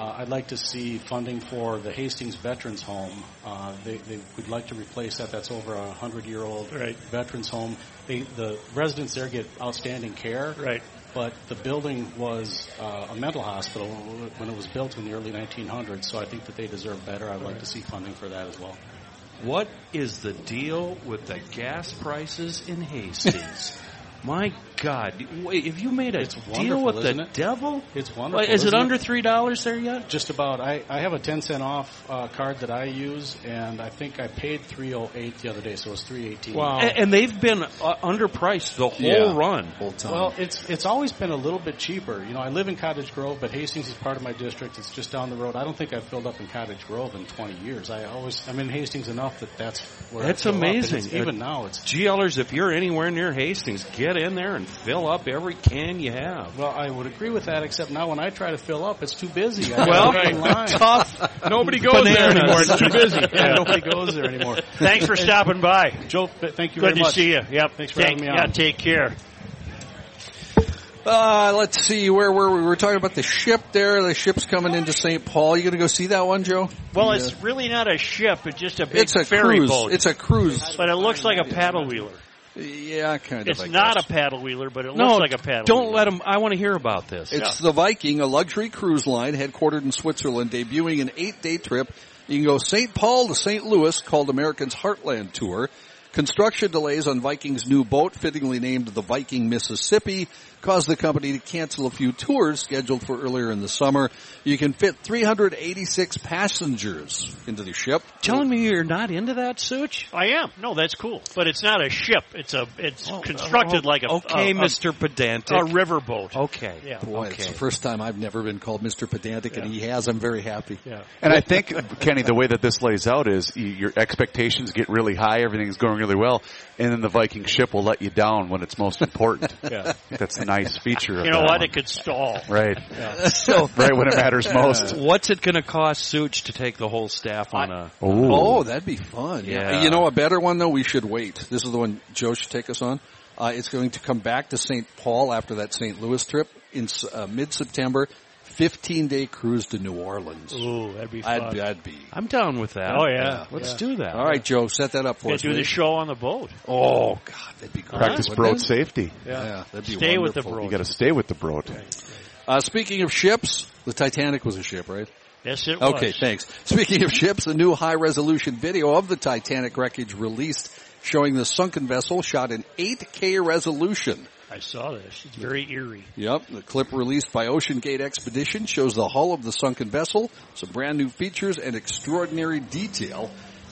S14: Uh, I'd like to see funding for the Hastings Veterans Home. Uh, they, they would like to replace that. That's over a hundred-year-old veterans home. They, the residents there get outstanding care.
S1: Right.
S14: But the building was uh, a mental hospital when it was built in the early 1900s. So I think that they deserve better. I'd like to see funding for that as well.
S3: What is the deal with the gas prices in Hastings? My God, wait, have you made a
S14: It's
S3: deal
S14: wonderful,
S3: with
S14: isn't
S3: the
S14: it?
S3: devil?
S14: It's wonderful.
S3: Is it
S14: isn't
S3: under three dollars there yet?
S14: Just about. I, I have a ten cent off uh, card that I use, and I think I paid three oh eight the other day, so it was three eighteen.
S3: A- And, they've been uh, underpriced the whole
S14: Yeah.
S3: run.
S14: Well, it's it's always been a little bit cheaper. You know, I live in Cottage Grove, but Hastings is part of my district. It's just down the road. I don't think I've filled up in Cottage Grove in 20 years. I always I'm in Hastings enough that that's where
S3: That's
S14: I fill up. And
S3: amazing.
S14: it's- even now, it's
S3: GLers, if you're anywhere near Hastings, get in there and fill up every can you have.
S14: well, I would agree with that. Except now when I try to fill up, it's too busy. I
S3: Well,
S14: gotta wait in line.
S3: tough. Nobody goes there anymore. It's too busy.
S14: Yeah, nobody goes there anymore.
S1: Thanks for stopping by.
S14: Joe, thank you very
S1: Good to
S14: much.
S1: see you. Yep.
S14: Thanks for
S1: Take-
S14: having me on.
S1: Yeah, take care.
S4: Uh, let's see, where were we? We were talking about the ship there. The ship's coming into St. Paul. You going to go see that one, Joe?
S1: Well,
S4: The, uh,
S1: it's really not a ship. It's just a big
S4: It's a
S1: ferry
S4: cruise.
S1: boat.
S4: It's a cruise.
S1: But it looks like a paddle wheeler.
S4: Yeah, kind of,
S1: It's
S4: I
S1: not a paddle wheeler, but it looks
S4: No,
S1: like a paddle.
S4: don't
S3: let them. I want to hear about this.
S4: It's the Viking, a luxury cruise line headquartered in Switzerland, debuting an eight-day trip. You can go St. Paul to St. Louis, called American's Heartland Tour. Construction delays on Viking's new boat, fittingly named the Viking Mississippi, caused the company to cancel a few tours scheduled for earlier in the summer. You can fit 386 passengers into the ship.
S3: Telling me you're not into that, Such?
S1: I am. No, that's cool. But it's not a ship. It's a. It's
S4: Oh,
S1: constructed like a.
S3: Okay,
S1: Oh, a- a-
S3: Mr. Pedantic.
S1: A riverboat.
S3: Okay.
S1: Yeah.
S4: Boy, it's the first time I've never been called Mr. Pedantic, and he has. I'm very happy. Yeah.
S2: And I think, Kenny, the way that this lays out is y- your expectations get really high, everything's going really well, and then the Viking ship will let you down when it's most important.
S1: Yeah.
S2: That's a nice feature. Of
S1: You know
S2: that
S1: what?
S2: one.
S1: It could stall.
S2: Right.
S3: So-
S2: right when it matters most.
S3: What's it going to cost Such to take the whole staff on a?
S4: Oh, that'd be fun. Yeah.
S3: Yeah.
S4: You know, a better one though. We should wait. This is the one Joe should take us on. Uh, it's going to come back to St. Paul after that St. Louis trip in s- uh, mid-September. Fifteen day cruise to New Orleans.
S1: Ooh, that'd be
S4: I'd
S1: fun.
S4: be. I'd be.
S3: I'm down with that.
S1: Oh, yeah.
S3: Let's
S1: Yeah.
S3: do that.
S4: All right, Joe, set that up for
S1: Yeah,
S4: us.
S1: do the
S4: mate.
S1: show on the boat.
S4: Oh God, that'd be great.
S2: Practice
S4: wouldn't
S2: broad
S4: it?
S2: safety.
S4: Yeah, that'd be
S1: Stay with the
S4: wonderful.
S2: You got to stay with the broad.
S4: Uh, speaking of ships, the Titanic was a ship, right?
S1: Yes, it was.
S4: Okay, thanks. Speaking of ships, a new high resolution video of the Titanic wreckage released showing the sunken vessel shot in 8K resolution.
S1: I saw this. It's very eerie.
S4: Yep, the clip released by Ocean Gate Expedition shows the hull of the sunken vessel, some brand new features and extraordinary detail.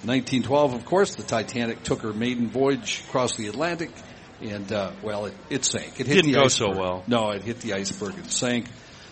S4: 1912, of course, the Titanic took her maiden voyage across the Atlantic, and uh, well, it, it sank. It hit
S3: Didn't
S4: the
S3: go so
S4: iceberg.
S3: well.
S4: No, it hit the iceberg and sank.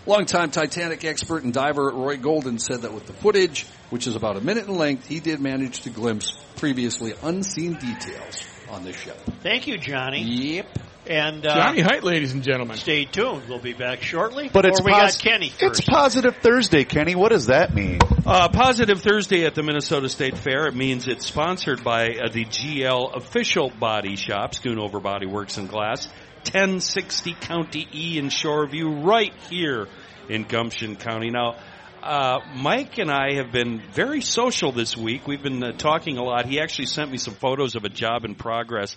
S4: Longtime Titanic expert and diver Roy Golden said that with the footage, which is about a minute in length, he did manage to glimpse previously unseen details on the ship.
S1: Thank you, Johnny.
S4: Yep.
S1: And uh,
S7: Johnny Height, ladies and gentlemen.
S1: Stay tuned. We'll be back shortly.
S2: But
S1: or
S2: it's
S1: we
S2: pos-
S1: got Kenny.
S2: It's positive Thursday, Kenny. What does that mean?
S3: Uh, Positive Thursday at the Minnesota State Fair. It means it's sponsored by uh, the GL official body shop, Schoonover Body Works and Glass, 1060 County E in Shoreview, right here in Gumption County. Now, uh, Mike and I have been very social this week. We've been uh, talking a lot. He actually sent me some photos of a job in progress.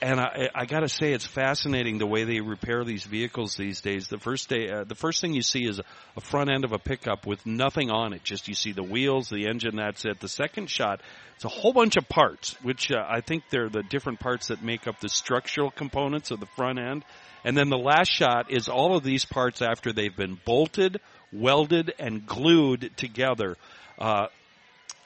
S3: And I, I got to say, it's fascinating the way they repair these vehicles these days. The first day, uh, the first thing you see is a front end of a pickup with nothing on it. Just you see the wheels, the engine. That's it. The second shot, it's a whole bunch of parts, which uh, I think they're the different parts that make up the structural components of the front end. And then the last shot is all of these parts after they've been bolted, welded, and glued together. Uh,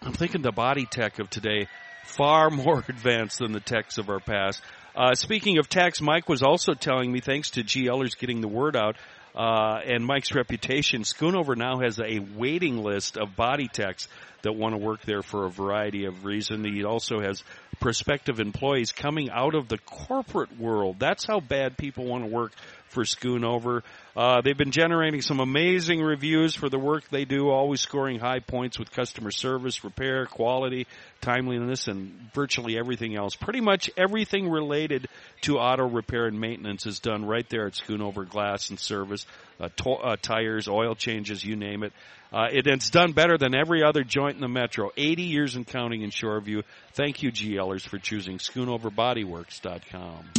S3: I'm thinking the body tech of today far more advanced than the techs of our past. Uh, speaking of techs, Mike was also telling me, thanks to GLers getting the word out uh, and Mike's reputation, Schoonover now has a waiting list of body techs that want to work there for a variety of reasons. He also has prospective employees coming out of the corporate world. That's how bad people want to work for Schoonover. Uh, they've been generating some amazing reviews for the work they do, always scoring high points with customer service, repair, quality, timeliness, and virtually everything else. Pretty much everything related to auto repair and maintenance is done right there at Schoonover Glass and Service. Uh, to- uh, tires, oil changes, you name it. Uh, it, it's done better than every other joint in the metro. 80 years and counting in Shoreview. Thank you, GLers, for choosing SchoonoverBodyWorks.com.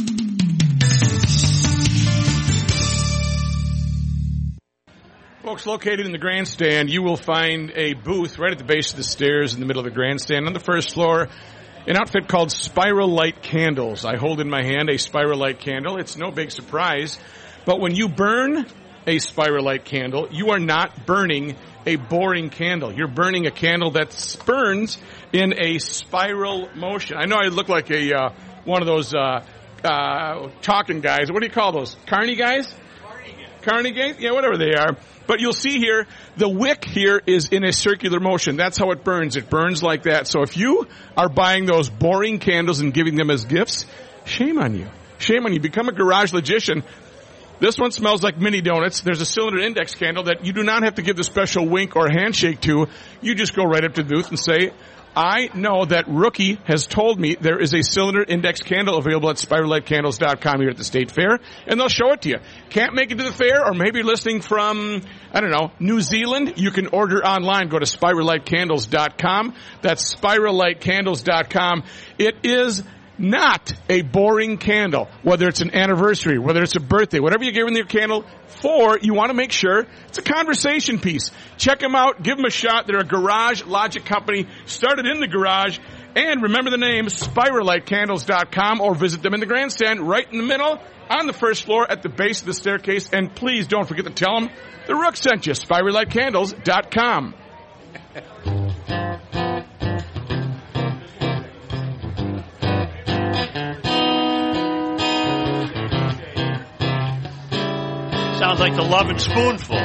S7: Folks, located in the grandstand, you will find a booth right at the base of the stairs in the middle of the grandstand on the first floor. an outfit called Spiral Light Candles. I hold in my hand a Spiral Light candle. It's no big surprise, but when you burn a Spiral Light candle, you are not burning a boring candle. You're burning a candle that spurns in a spiral motion. I know I look like a uh, one of those uh, uh, talking guys. What do you call those? Carney guys? Carney Gate? Yeah, whatever they are. But you'll see here, the wick here is in a circular motion. That's how it burns. It burns like that. So if you are buying those boring candles and giving them as gifts, shame on you. Shame on you. Become a garage logician. This one smells like mini donuts. There's a cylinder index candle that you do not have to give the special wink or handshake to. You just go right up to the booth and say, I know that Rookie has told me there is a cylinder index candle available at spirallightcandles.com here at the state fair, and they'll show it to you. Can't make it to the fair, or maybe you're listening from, I don't know, New Zealand, you can order online. Go to spirallightcandles.com. That's spirallightcandles.com. It is not a boring candle, whether it's an anniversary, whether it's a birthday, whatever you're giving your candle for, you want to make sure it's a conversation piece. Check them out, give them a shot. They're a garage logic company, started in the garage, and remember the name, spirallightcandles.com, or visit them in the grandstand right in the middle on the first floor at the base of the staircase. And please don't forget to tell them the Rook sent you, spirallightcandles.com.
S1: Sounds like the Love and Spoonful.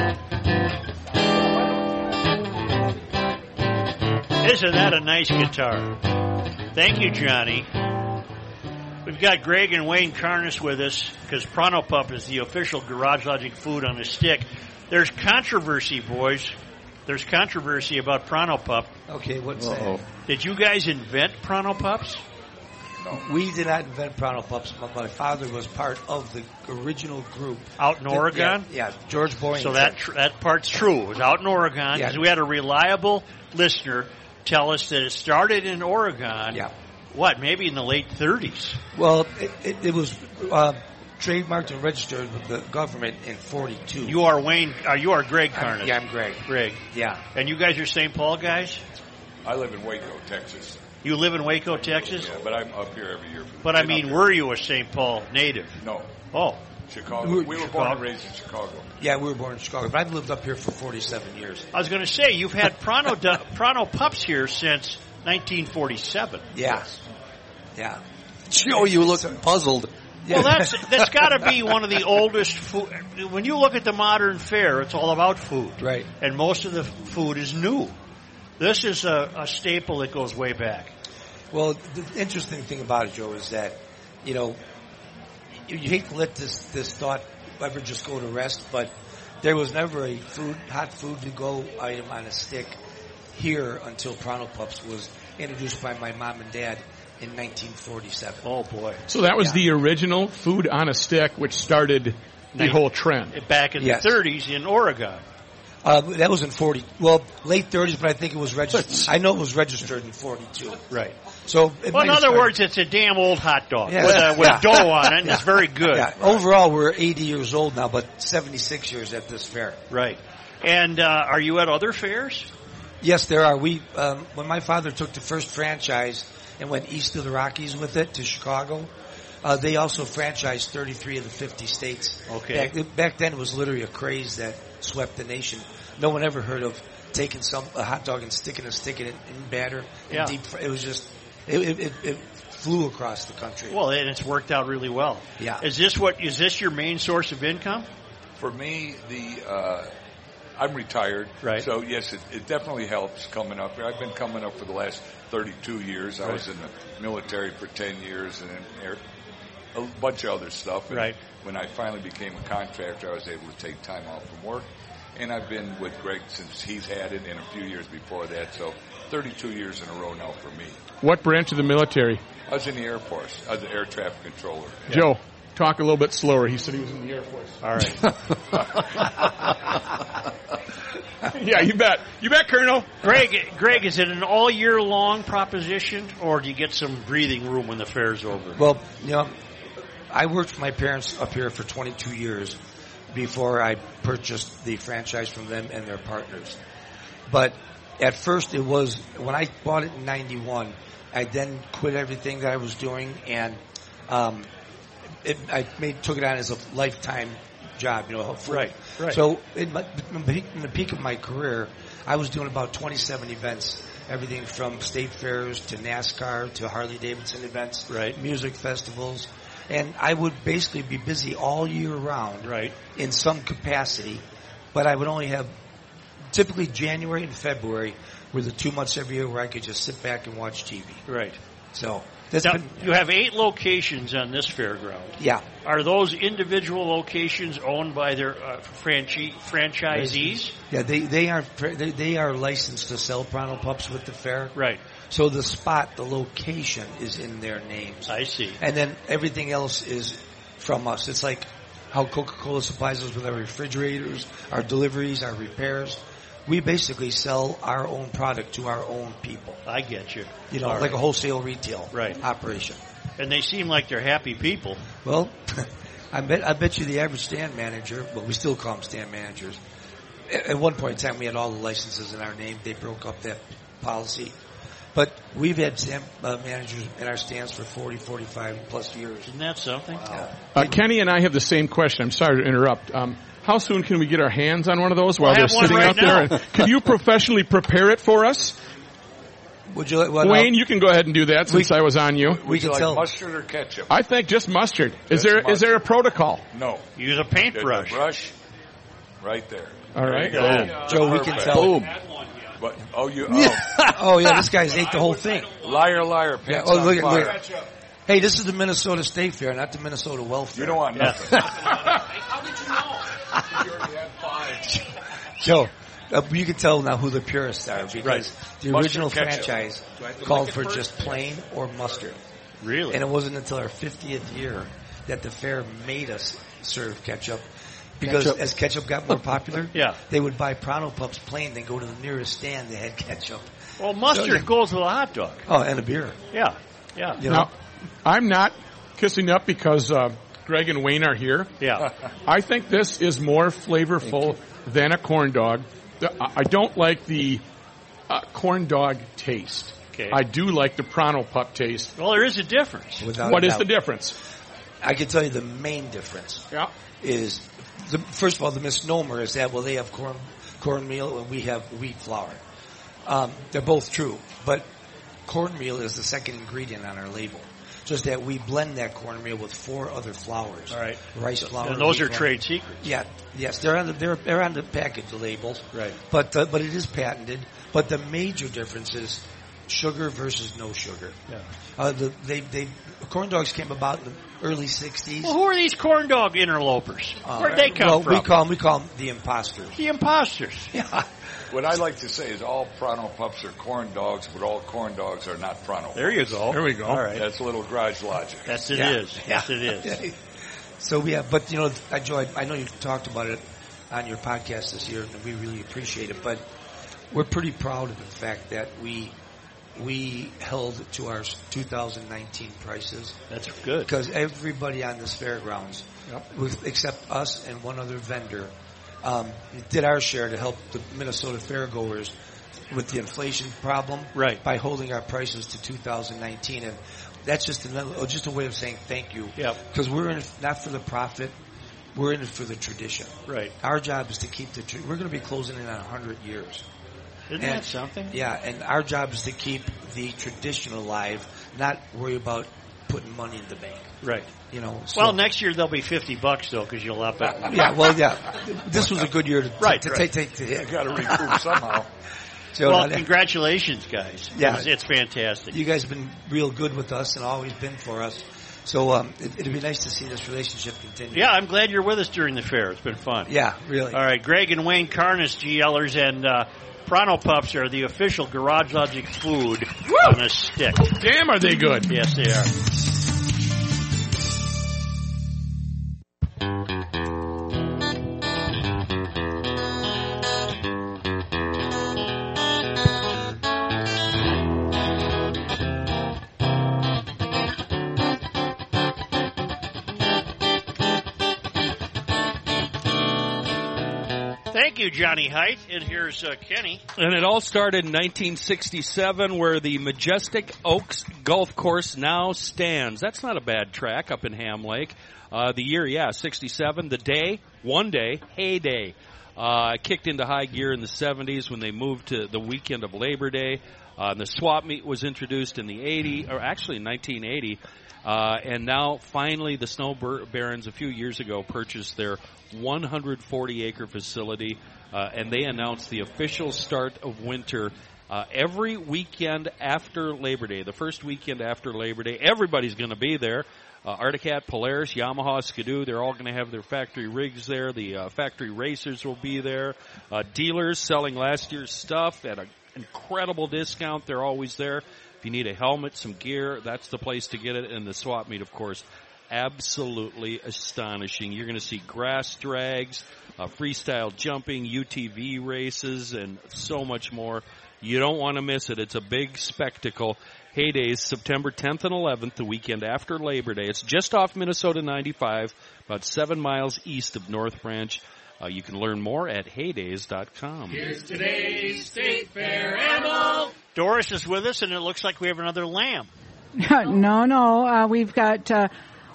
S1: Isn't that a nice guitar? Thank you, Johnny. We've got Greg and Wayne Carnes with us because Prono Pup is the official Garage Logic food on a stick. There's controversy, boys. There's controversy about Prono Pup.
S15: Okay, what's
S1: Uh-oh. Did you guys invent Prono Pups?
S15: that? We did not invent Prono Pups. My, my father was part of the original group
S1: Out in
S15: Yeah,
S1: Oregon?
S15: Yeah, George Boyington.
S1: So that tr- that part's true. It was out in Oregon.
S15: Yeah.
S1: 'cause We had a reliable listener tell us that it started in Oregon. Yeah. What? Maybe in the late 30s.
S15: well, it, it, it was uh, trademarked and registered with the government in '42.
S1: You are Wayne. Uh, you are Greg Carnes.
S15: yeah, I'm Greg.
S1: Greg.
S15: Yeah.
S1: And you guys are St. Paul guys.
S16: I live in Waco, Texas.
S1: You live in Waco, Texas.
S16: Yeah, but I'm up here every year. For the
S1: But I mean, were you a St. Paul native?
S16: No.
S1: Oh.
S16: Chicago.
S15: We were-
S16: We were born and
S15: Chicago.
S16: raised in Chicago.
S15: Yeah, we were born in Chicago, but I've lived up here for 47 years.
S1: I was going to say you've had Prono du- Prono pups here since 1947.
S15: Yeah, yeah.
S4: Joe, oh, you look puzzled.
S1: Well, that's that's got to be one of the oldest food. When you look at the modern fair, it's all about food,
S15: right?
S1: And most of the food is new. This is a, a staple that goes way back.
S15: Well, the interesting thing about it, Joe, is that you know you, you hate to let this this thought ever just go to rest, but there was never a food hot food to go item on a stick here until Prono Pups was introduced by my mom and dad in 1947.
S1: Oh boy!
S7: So that was the original food on a stick, which started the
S15: Nice.
S7: whole trend.
S1: Back in
S15: Yes.
S1: the 30s in Oregon.
S15: Uh, that was in 40, well, late 30s, but I think it was registered. I know it was registered in 42.
S1: Right.
S15: So, it
S1: Well,
S15: might
S1: in
S15: have
S1: other
S15: started-
S1: words, it's a damn old hot dog
S15: Yeah.
S1: with, uh, with
S15: Yeah.
S1: dough on it. and It's
S15: Yeah.
S1: very good.
S15: Yeah. Overall, we're 80 years old now, but 76 years at this fair.
S1: Right. And uh, are you at other fairs?
S15: Yes, there are. We um, when my father took the first franchise and went east of the Rockies with it to Chicago. Uh, they also franchised 33 of the 50 states.
S1: Okay.
S15: Back, back then, it was literally a craze that swept the nation. No one ever heard of taking some a hot dog and sticking a stick in it in batter. and
S1: Yeah.
S15: deep fr- it was just it, it, it, it flew across the country.
S1: Well, and it's worked out really well.
S15: Yeah.
S1: Is this what is this your main source of income?
S16: For me, the uh, I'm retired,
S1: Right.
S16: So yes, it, it definitely helps coming up here. I've been coming up for the last 32 years. I
S1: Right.
S16: was in the military for 10 years, and then air, a bunch of other stuff. And
S1: Right.
S16: When I finally became a contractor, I was able to take time off from work, and I've been with Greg since he's had it, and a few years before that. So 32 years in a row now for me.
S7: What branch of the military?
S16: I was in the Air Force. I was an air traffic controller.
S7: Joe, talk a little bit slower. He said he was in the Air Force.
S1: All right.
S7: yeah, you bet. You bet, Colonel.
S1: Greg, Greg, is it an all year long proposition, or do you get some breathing room when the fair's over?
S15: Well, you know, I worked for my parents up here for 22 years before I purchased the franchise from them and their partners. But At first, it was when I bought it in '91. I then quit everything that I was doing, and um, it, I made took it on as a lifetime job. You know, a full-
S1: Right, right.
S15: So in, my, in the peak of my career, I was doing about 27 events, everything from state fairs to NASCAR to Harley Davidson events, right. music festivals, and I would basically be busy all year round, right, in some capacity. But I would only have typically January and February were the two months every year where I could just sit back and watch TV.
S1: Right.
S15: So that's
S1: Now,
S15: been,
S1: you have eight locations on this fairground.
S15: yeah.
S1: Are those individual locations owned by their uh, franchi- franchisees?
S15: Yeah, they they are they, they are licensed to sell Bronco pups with the fair.
S1: Right.
S15: So the spot, the location is in their names.
S1: I see.
S15: And then everything else is from us. It's like how Coca-Cola supplies us with our refrigerators, our deliveries, our repairs. We basically sell our own product to our own people.
S1: I get you.
S15: You know,
S1: All
S15: like
S1: right.
S15: a wholesale retail
S1: Right.
S15: operation.
S1: And they seem like they're happy people.
S15: Well, I bet I bet you the average stand manager, well, we still call them stand managers. At at one point in time, we had all the licenses in our name. They broke up that policy. But we've had stand uh, managers in our stands for 40, 45 plus years.
S1: Isn't that something?
S7: Uh, Kenny and I have the same question. I'm sorry to interrupt. Um, how soon can we get our hands on one of those while
S1: I
S7: they're
S1: have one
S7: sitting
S1: right
S7: out there?
S1: now.
S7: And Could you professionally prepare it for us?
S15: Would you like, well,
S7: Wayne,
S15: no.
S7: you can go ahead and do that since I was on you.
S15: we Would you can like tell-
S16: mustard or ketchup?
S7: I think just mustard. is
S16: Just
S7: there is
S16: mustard.
S7: there a protocol?
S16: No.
S1: Use a
S16: paintbrush. brush, right there.
S7: All right.
S16: There you
S7: Boom.
S16: go.
S7: Joe, we can
S16: Perfect.
S7: tell. Boom.
S16: But, oh, you. Oh.
S15: oh yeah, this guy's ate the whole thing.
S16: Liar, liar, pants
S15: oh,
S16: on
S15: look at-
S16: fire.
S15: look at- Hey, this is the Minnesota State Fair, not the Minnesota Welfare.
S16: You don't want
S15: Yeah.
S16: nothing.
S15: How
S16: did you know? You already had five.
S15: Joe, uh, you can tell now who the purists are because
S1: Right.
S15: the
S1: Mustard
S15: original
S1: ketchup.
S15: franchise
S1: Do I have to
S15: called
S1: lick it
S15: for
S1: first?
S15: just plain or mustard.
S1: Really?
S15: And it wasn't until our 50th year that the fair made us serve ketchup. Because
S1: Ketchup.
S15: as ketchup got more popular,
S1: Yeah.
S15: they would buy Prano Pups plain, then go to the nearest stand that had ketchup.
S1: Well, mustard
S15: So, yeah.
S1: goes with a hot dog.
S15: Oh, and a beer.
S1: Yeah, yeah.
S15: You
S7: Now, I'm not kissing up because uh, Greg and Wayne are here.
S1: Yeah.
S7: I think this is more flavorful than a corn dog. The- I I don't like the uh, corn dog taste.
S1: Okay.
S7: I do like the Prono Pup taste.
S1: Well, there is a difference.
S15: Without
S7: What
S15: a
S7: is
S15: doubt.
S7: the difference?
S15: I can tell you the main difference
S7: yeah.
S15: is, the, first of all, the misnomer is that, well, they have corn cornmeal and we have wheat flour. Um, they're both true, but cornmeal is the second ingredient on our label. Just that we blend that cornmeal with four other flours.
S1: All right.
S15: Rice flour.
S1: And those
S15: wheat
S1: are
S15: flour.
S1: trade secrets.
S15: Yeah. Yes, they're on the they're, they're on the package labels. Right. But uh, but it is patented. But the major difference is sugar versus no sugar.
S1: Yeah.
S15: Uh, the, they they corn dogs came about in the early '60s.
S1: Well, who are these corn dog interlopers? Where'd they come
S15: well,
S1: from?
S15: We call them, we call 'em the imposters.
S1: the imposters.
S15: Yeah.
S16: What I like to say is all Prono Pups are corn dogs, but all corn dogs are not Prono
S1: There you
S16: Pups.
S1: go. There we go. All right.
S16: That's a little garage logic.
S1: Yes, it is.
S15: Yeah.
S1: Yes,
S15: Yeah.
S1: it is.
S15: So we have, but you know, I, Joe, I- I know you talked about it on your podcast this year, and we really appreciate it. But we're pretty proud of the fact that we we held to our 2019 prices.
S1: That's good
S15: because everybody on this fairgrounds, with, except us and one other vendor, um, did our share to help the Minnesota fairgoers with the inflation problem
S1: Right.
S15: by holding our prices to 2019 and that's just another oh, just a way of saying thank you
S1: Yep.
S15: because we're in it not for the profit we're in it for the tradition
S1: Right.
S15: our job is to keep the tra- we're going to be closing in on 100 years
S1: Isn't that something?
S15: yeah and our job is to keep the tradition alive not worry about putting money in the bank
S1: Right.
S15: you know so-
S1: Well, next year they'll be fifty bucks though, because you'll up it.
S15: yeah well yeah this was a good year to,
S1: Right,
S15: to,
S1: right.
S15: take take the hit
S1: You gotta recoup somehow.
S15: Joe,
S1: well,
S15: that-
S1: congratulations, guys.
S15: uh, Yeah.
S1: It's, it's fantastic.
S15: You guys have been real good with us and always been for us. So um, it, it'd be nice to see this relationship continue.
S1: Yeah, I'm glad you're with us during the fair. It's been fun.
S15: Yeah, really.
S1: All right, Greg and Wayne Carnes, GLers, and uh, Prono Pups are the official Garage Logic food on a stick.
S7: Damn, are they good?
S1: Yes, they are. Thank you, Johnny Height. And here's uh, Kenny.
S3: And it all started in 1967, where the Majestic Oaks Golf Course now stands. That's not a bad track up in Ham Lake. Uh, the year, yeah, 67. The day, one day, heyday. Uh, kicked into high gear in the 70s when they moved to the weekend of Labor Day. Uh, the swap meet was introduced in the 80, or actually in 1980. Uh, and now, finally, the Snow Bar- Barons a few years ago purchased their 140 acre facility, uh, and they announced the official start of winter. Uh, every weekend after Labor Day, the first weekend after Labor Day, everybody's going to be there. Uh, Articat, Polaris, Yamaha, Skidoo, they're all going to have their factory rigs there. The uh, factory racers will be there. Uh, dealers selling last year's stuff at an incredible discount. They're always there. If you need a helmet, some gear, that's the place to get it. And the swap meet, of course, absolutely astonishing. You're going to see grass drags, uh, freestyle jumping, UTV races, and so much more. You don't want to miss it. It's a big spectacle. Heydays, September 10th and 11th, the weekend after Labor Day. It's just off Minnesota 95, about seven miles east of North Branch. Uh, you can learn more at heydays.com.
S17: Here's today's State Fair animal.
S1: Doris is with us, and it looks like we have another lamb.
S18: no, no. Uh, we've got uh,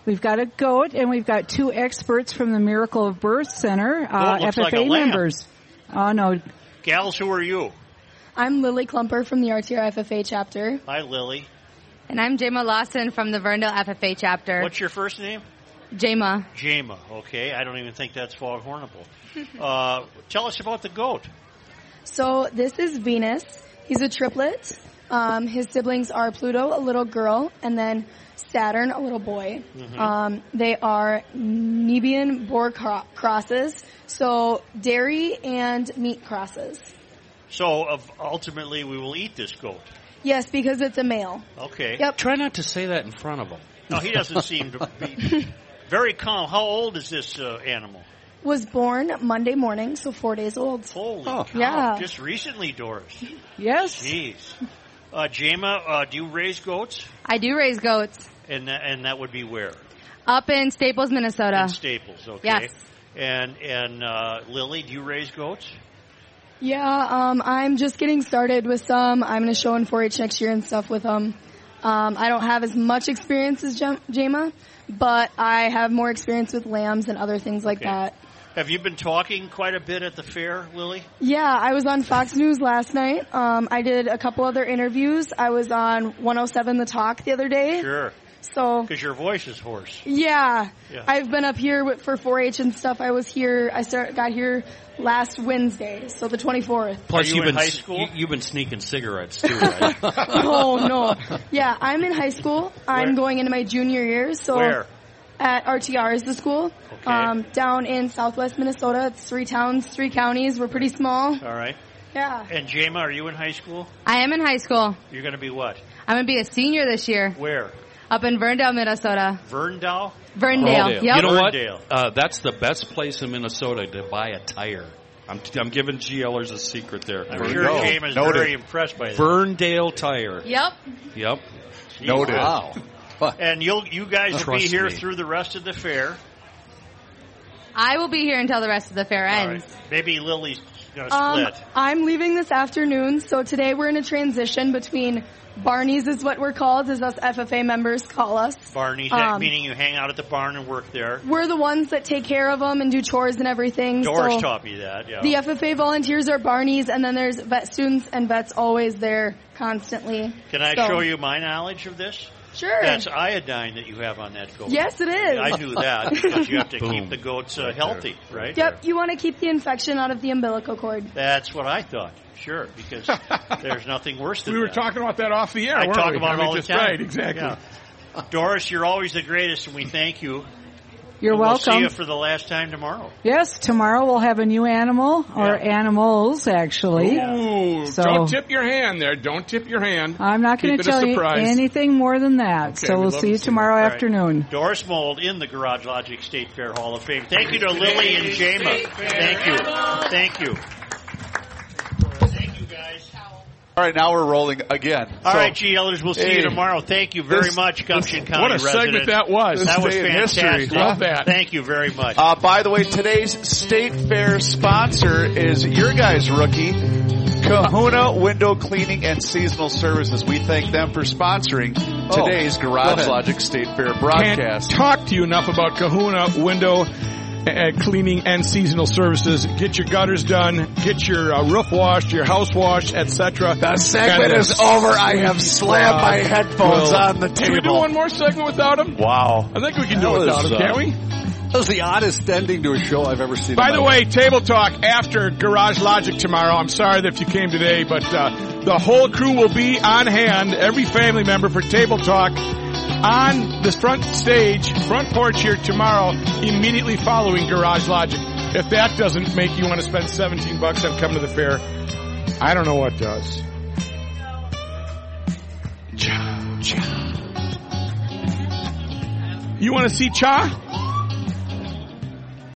S18: we've got a goat, and we've got two experts from the Miracle of Birth Center, uh,
S1: Goat looks
S18: FFA
S1: like a lamb.
S18: members. Oh no,
S1: Gals, who are you?
S19: I'm Lily Klumper from the RTR FFA chapter.
S1: Hi, Lily.
S20: And I'm Jema Lawson from the Verndale FFA chapter.
S1: What's your first name?
S20: Jema?
S1: Jama. Okay, I don't even think that's foghornable. Uh, tell us about the goat.
S19: So this is Venus. He's a triplet. Um, his siblings are Pluto, a little girl, and then Saturn, a little boy.
S1: Mm-hmm.
S21: Mhm.
S19: Um, they are Nebian boar cro- crosses, so dairy and meat crosses.
S1: So of, ultimately, we will eat this goat.
S19: Yes, because it's a male.
S1: Okay.
S19: Yep.
S3: Try not to say that in front of him.
S1: No, he doesn't seem to be very calm. How old is this uh, animal?
S19: Was born Monday morning, so four days old.
S1: Holy
S3: Oh.
S1: cow.
S19: Yeah.
S1: Just recently, Doris.
S19: Yes.
S1: Jeez. Uh, Jama, uh, do you raise goats?
S20: I do raise goats
S1: And tha- and that would be where?
S20: up in Staples, Minnesota.
S1: In Staples, okay.
S20: Yes.
S1: And and uh, Lily, do you raise goats?
S19: Yeah, um, I'm just getting started with some. I'm going to show in 4-H next year and stuff with them. Um, I don't have as much experience as Jem- Jema, but I have more experience with lambs and other things like
S1: Okay.
S19: that.
S1: Have you been talking quite a bit at the fair, Lily?
S19: Yeah, I was on Fox News last night. Um, I did a couple other interviews. I was on 107 The Talk the other day.
S1: Sure.
S20: Oh.
S19: So,
S1: Because your voice is hoarse.
S19: yeah,
S1: Yeah.
S19: I've been up here with, for 4-H and stuff. I was here, I start, got here last Wednesday, so the 24th.
S1: Plus,
S3: you
S1: you
S3: have been
S1: in high
S3: s-
S1: school?
S3: You, you've been sneaking cigarettes too, right?
S19: oh no. Yeah, I'm in high school. I'm going into my junior year. So
S3: Where?
S19: at RTR is the school. Um, down in Southwest Minnesota. It's three towns, three counties. We're pretty small.
S1: All right.
S19: Yeah.
S1: And Jama, are you in high school?
S20: I am in high school.
S1: You're going to be what?
S20: I'm going to be a senior this year
S1: Where?
S20: up in Verndale, Minnesota.
S1: Verndale?
S20: Verndale. Yep.
S3: You know what?
S1: Verndale.
S3: Uh, that's the best place in Minnesota to buy a tire. I'm, t- I'm giving GLers a secret there.
S1: I'm sure
S3: Verndale.
S1: Jama's very impressed by that.
S3: Verndale Tire.
S20: Yep.
S3: Yep.
S1: Noted. Wow. And you'll you guys will be
S3: Trust
S1: here
S3: me.
S1: through the rest of the fair.
S20: I will be here until the rest of the fair
S1: All
S20: ends.
S1: right. Maybe Lily's going to
S19: Um,
S1: split.
S19: I'm leaving this afternoon, so today we're in a transition between Barney's is what we're called, as us FFA members call us.
S1: Barney's,
S19: um,
S1: meaning you hang out at the barn and work there.
S19: We're the ones that take care of them and do chores and everything.
S1: Doris
S19: so
S1: taught me that. Yeah.
S19: The FFA volunteers are Barney's, and then there's vet students, and vets always there constantly.
S1: Can I
S19: So-
S1: show you my knowledge of this?
S19: Sure.
S1: That's iodine that you have on that goat.
S19: Yes, it is.
S1: I do that because you have to
S3: Boom.
S1: keep the goats uh, healthy, right?
S19: Yep, you want to keep the infection out of the umbilical cord.
S1: That's what I thought. Sure, because there's nothing worse than
S7: We were
S1: that.
S7: talking about that off the air.
S1: I
S7: weren't
S1: talk
S7: we?
S1: about
S7: I
S1: it
S7: mean,
S1: all the
S7: just
S1: time.
S7: Right, exactly.
S1: Yeah. Doris, you're always the greatest, and we thank you.
S18: You're
S1: And
S18: welcome.
S1: We'll see you for the last time tomorrow.
S18: Yes, tomorrow we'll have a new animal or animals actually.
S7: Ooh,
S18: so
S7: don't tip your hand there. Don't tip your hand.
S18: I'm not going to
S7: Keep it a
S18: tell you
S7: surprise.
S18: anything more than that.
S7: Okay,
S18: so
S7: we'd
S18: we'll
S7: love
S18: see
S7: to
S18: you
S7: see
S18: tomorrow
S1: All right.
S18: afternoon.
S1: Doris Mold in the Garage Logic State Fair Hall of Fame. Thank you to Lily and Jama. Thank you. Thank you. Thank you, guys.
S2: All right, now we're rolling again.
S1: All
S2: So-
S1: right, G Elders, we'll see
S2: Hey.
S1: you tomorrow. Thank you very
S2: This-
S1: much, Gumption County
S2: what a
S1: resident.
S2: segment that was.
S1: That
S2: This
S1: was
S2: day in history.
S1: fantastic.
S2: Love that.
S1: Thank you very much.
S2: Uh, by the way, today's state fair sponsor is your guys' rookie, Kahuna Window Cleaning and Seasonal Services. We thank them for sponsoring
S7: Oh,
S2: today's
S7: go
S2: Garage
S7: ahead.
S2: Logic State Fair
S7: Can't
S2: broadcast.
S7: talk to you enough about Kahuna window uh, cleaning and seasonal services. Get your gutters done, get your uh, roof washed, your house washed, etc. The
S2: segment is over. I have slammed my headphones on the
S7: Can we do
S2: table.
S7: one more segment without him?
S2: Wow.
S7: I think we can do it without him, can't we?
S4: uh, That was the oddest ending to a show I've ever seen.
S7: By
S4: in my
S7: the way,
S4: life.
S7: table talk after Garage Logic tomorrow. I'm sorry that you came today, but uh, the whole crew will be on hand, every family member for table talk on the front stage, front porch here tomorrow, immediately following Garage Logic. If that doesn't make you want to spend 17 bucks on coming to the fair, I don't know what does. Cha, cha. You want to see Cha?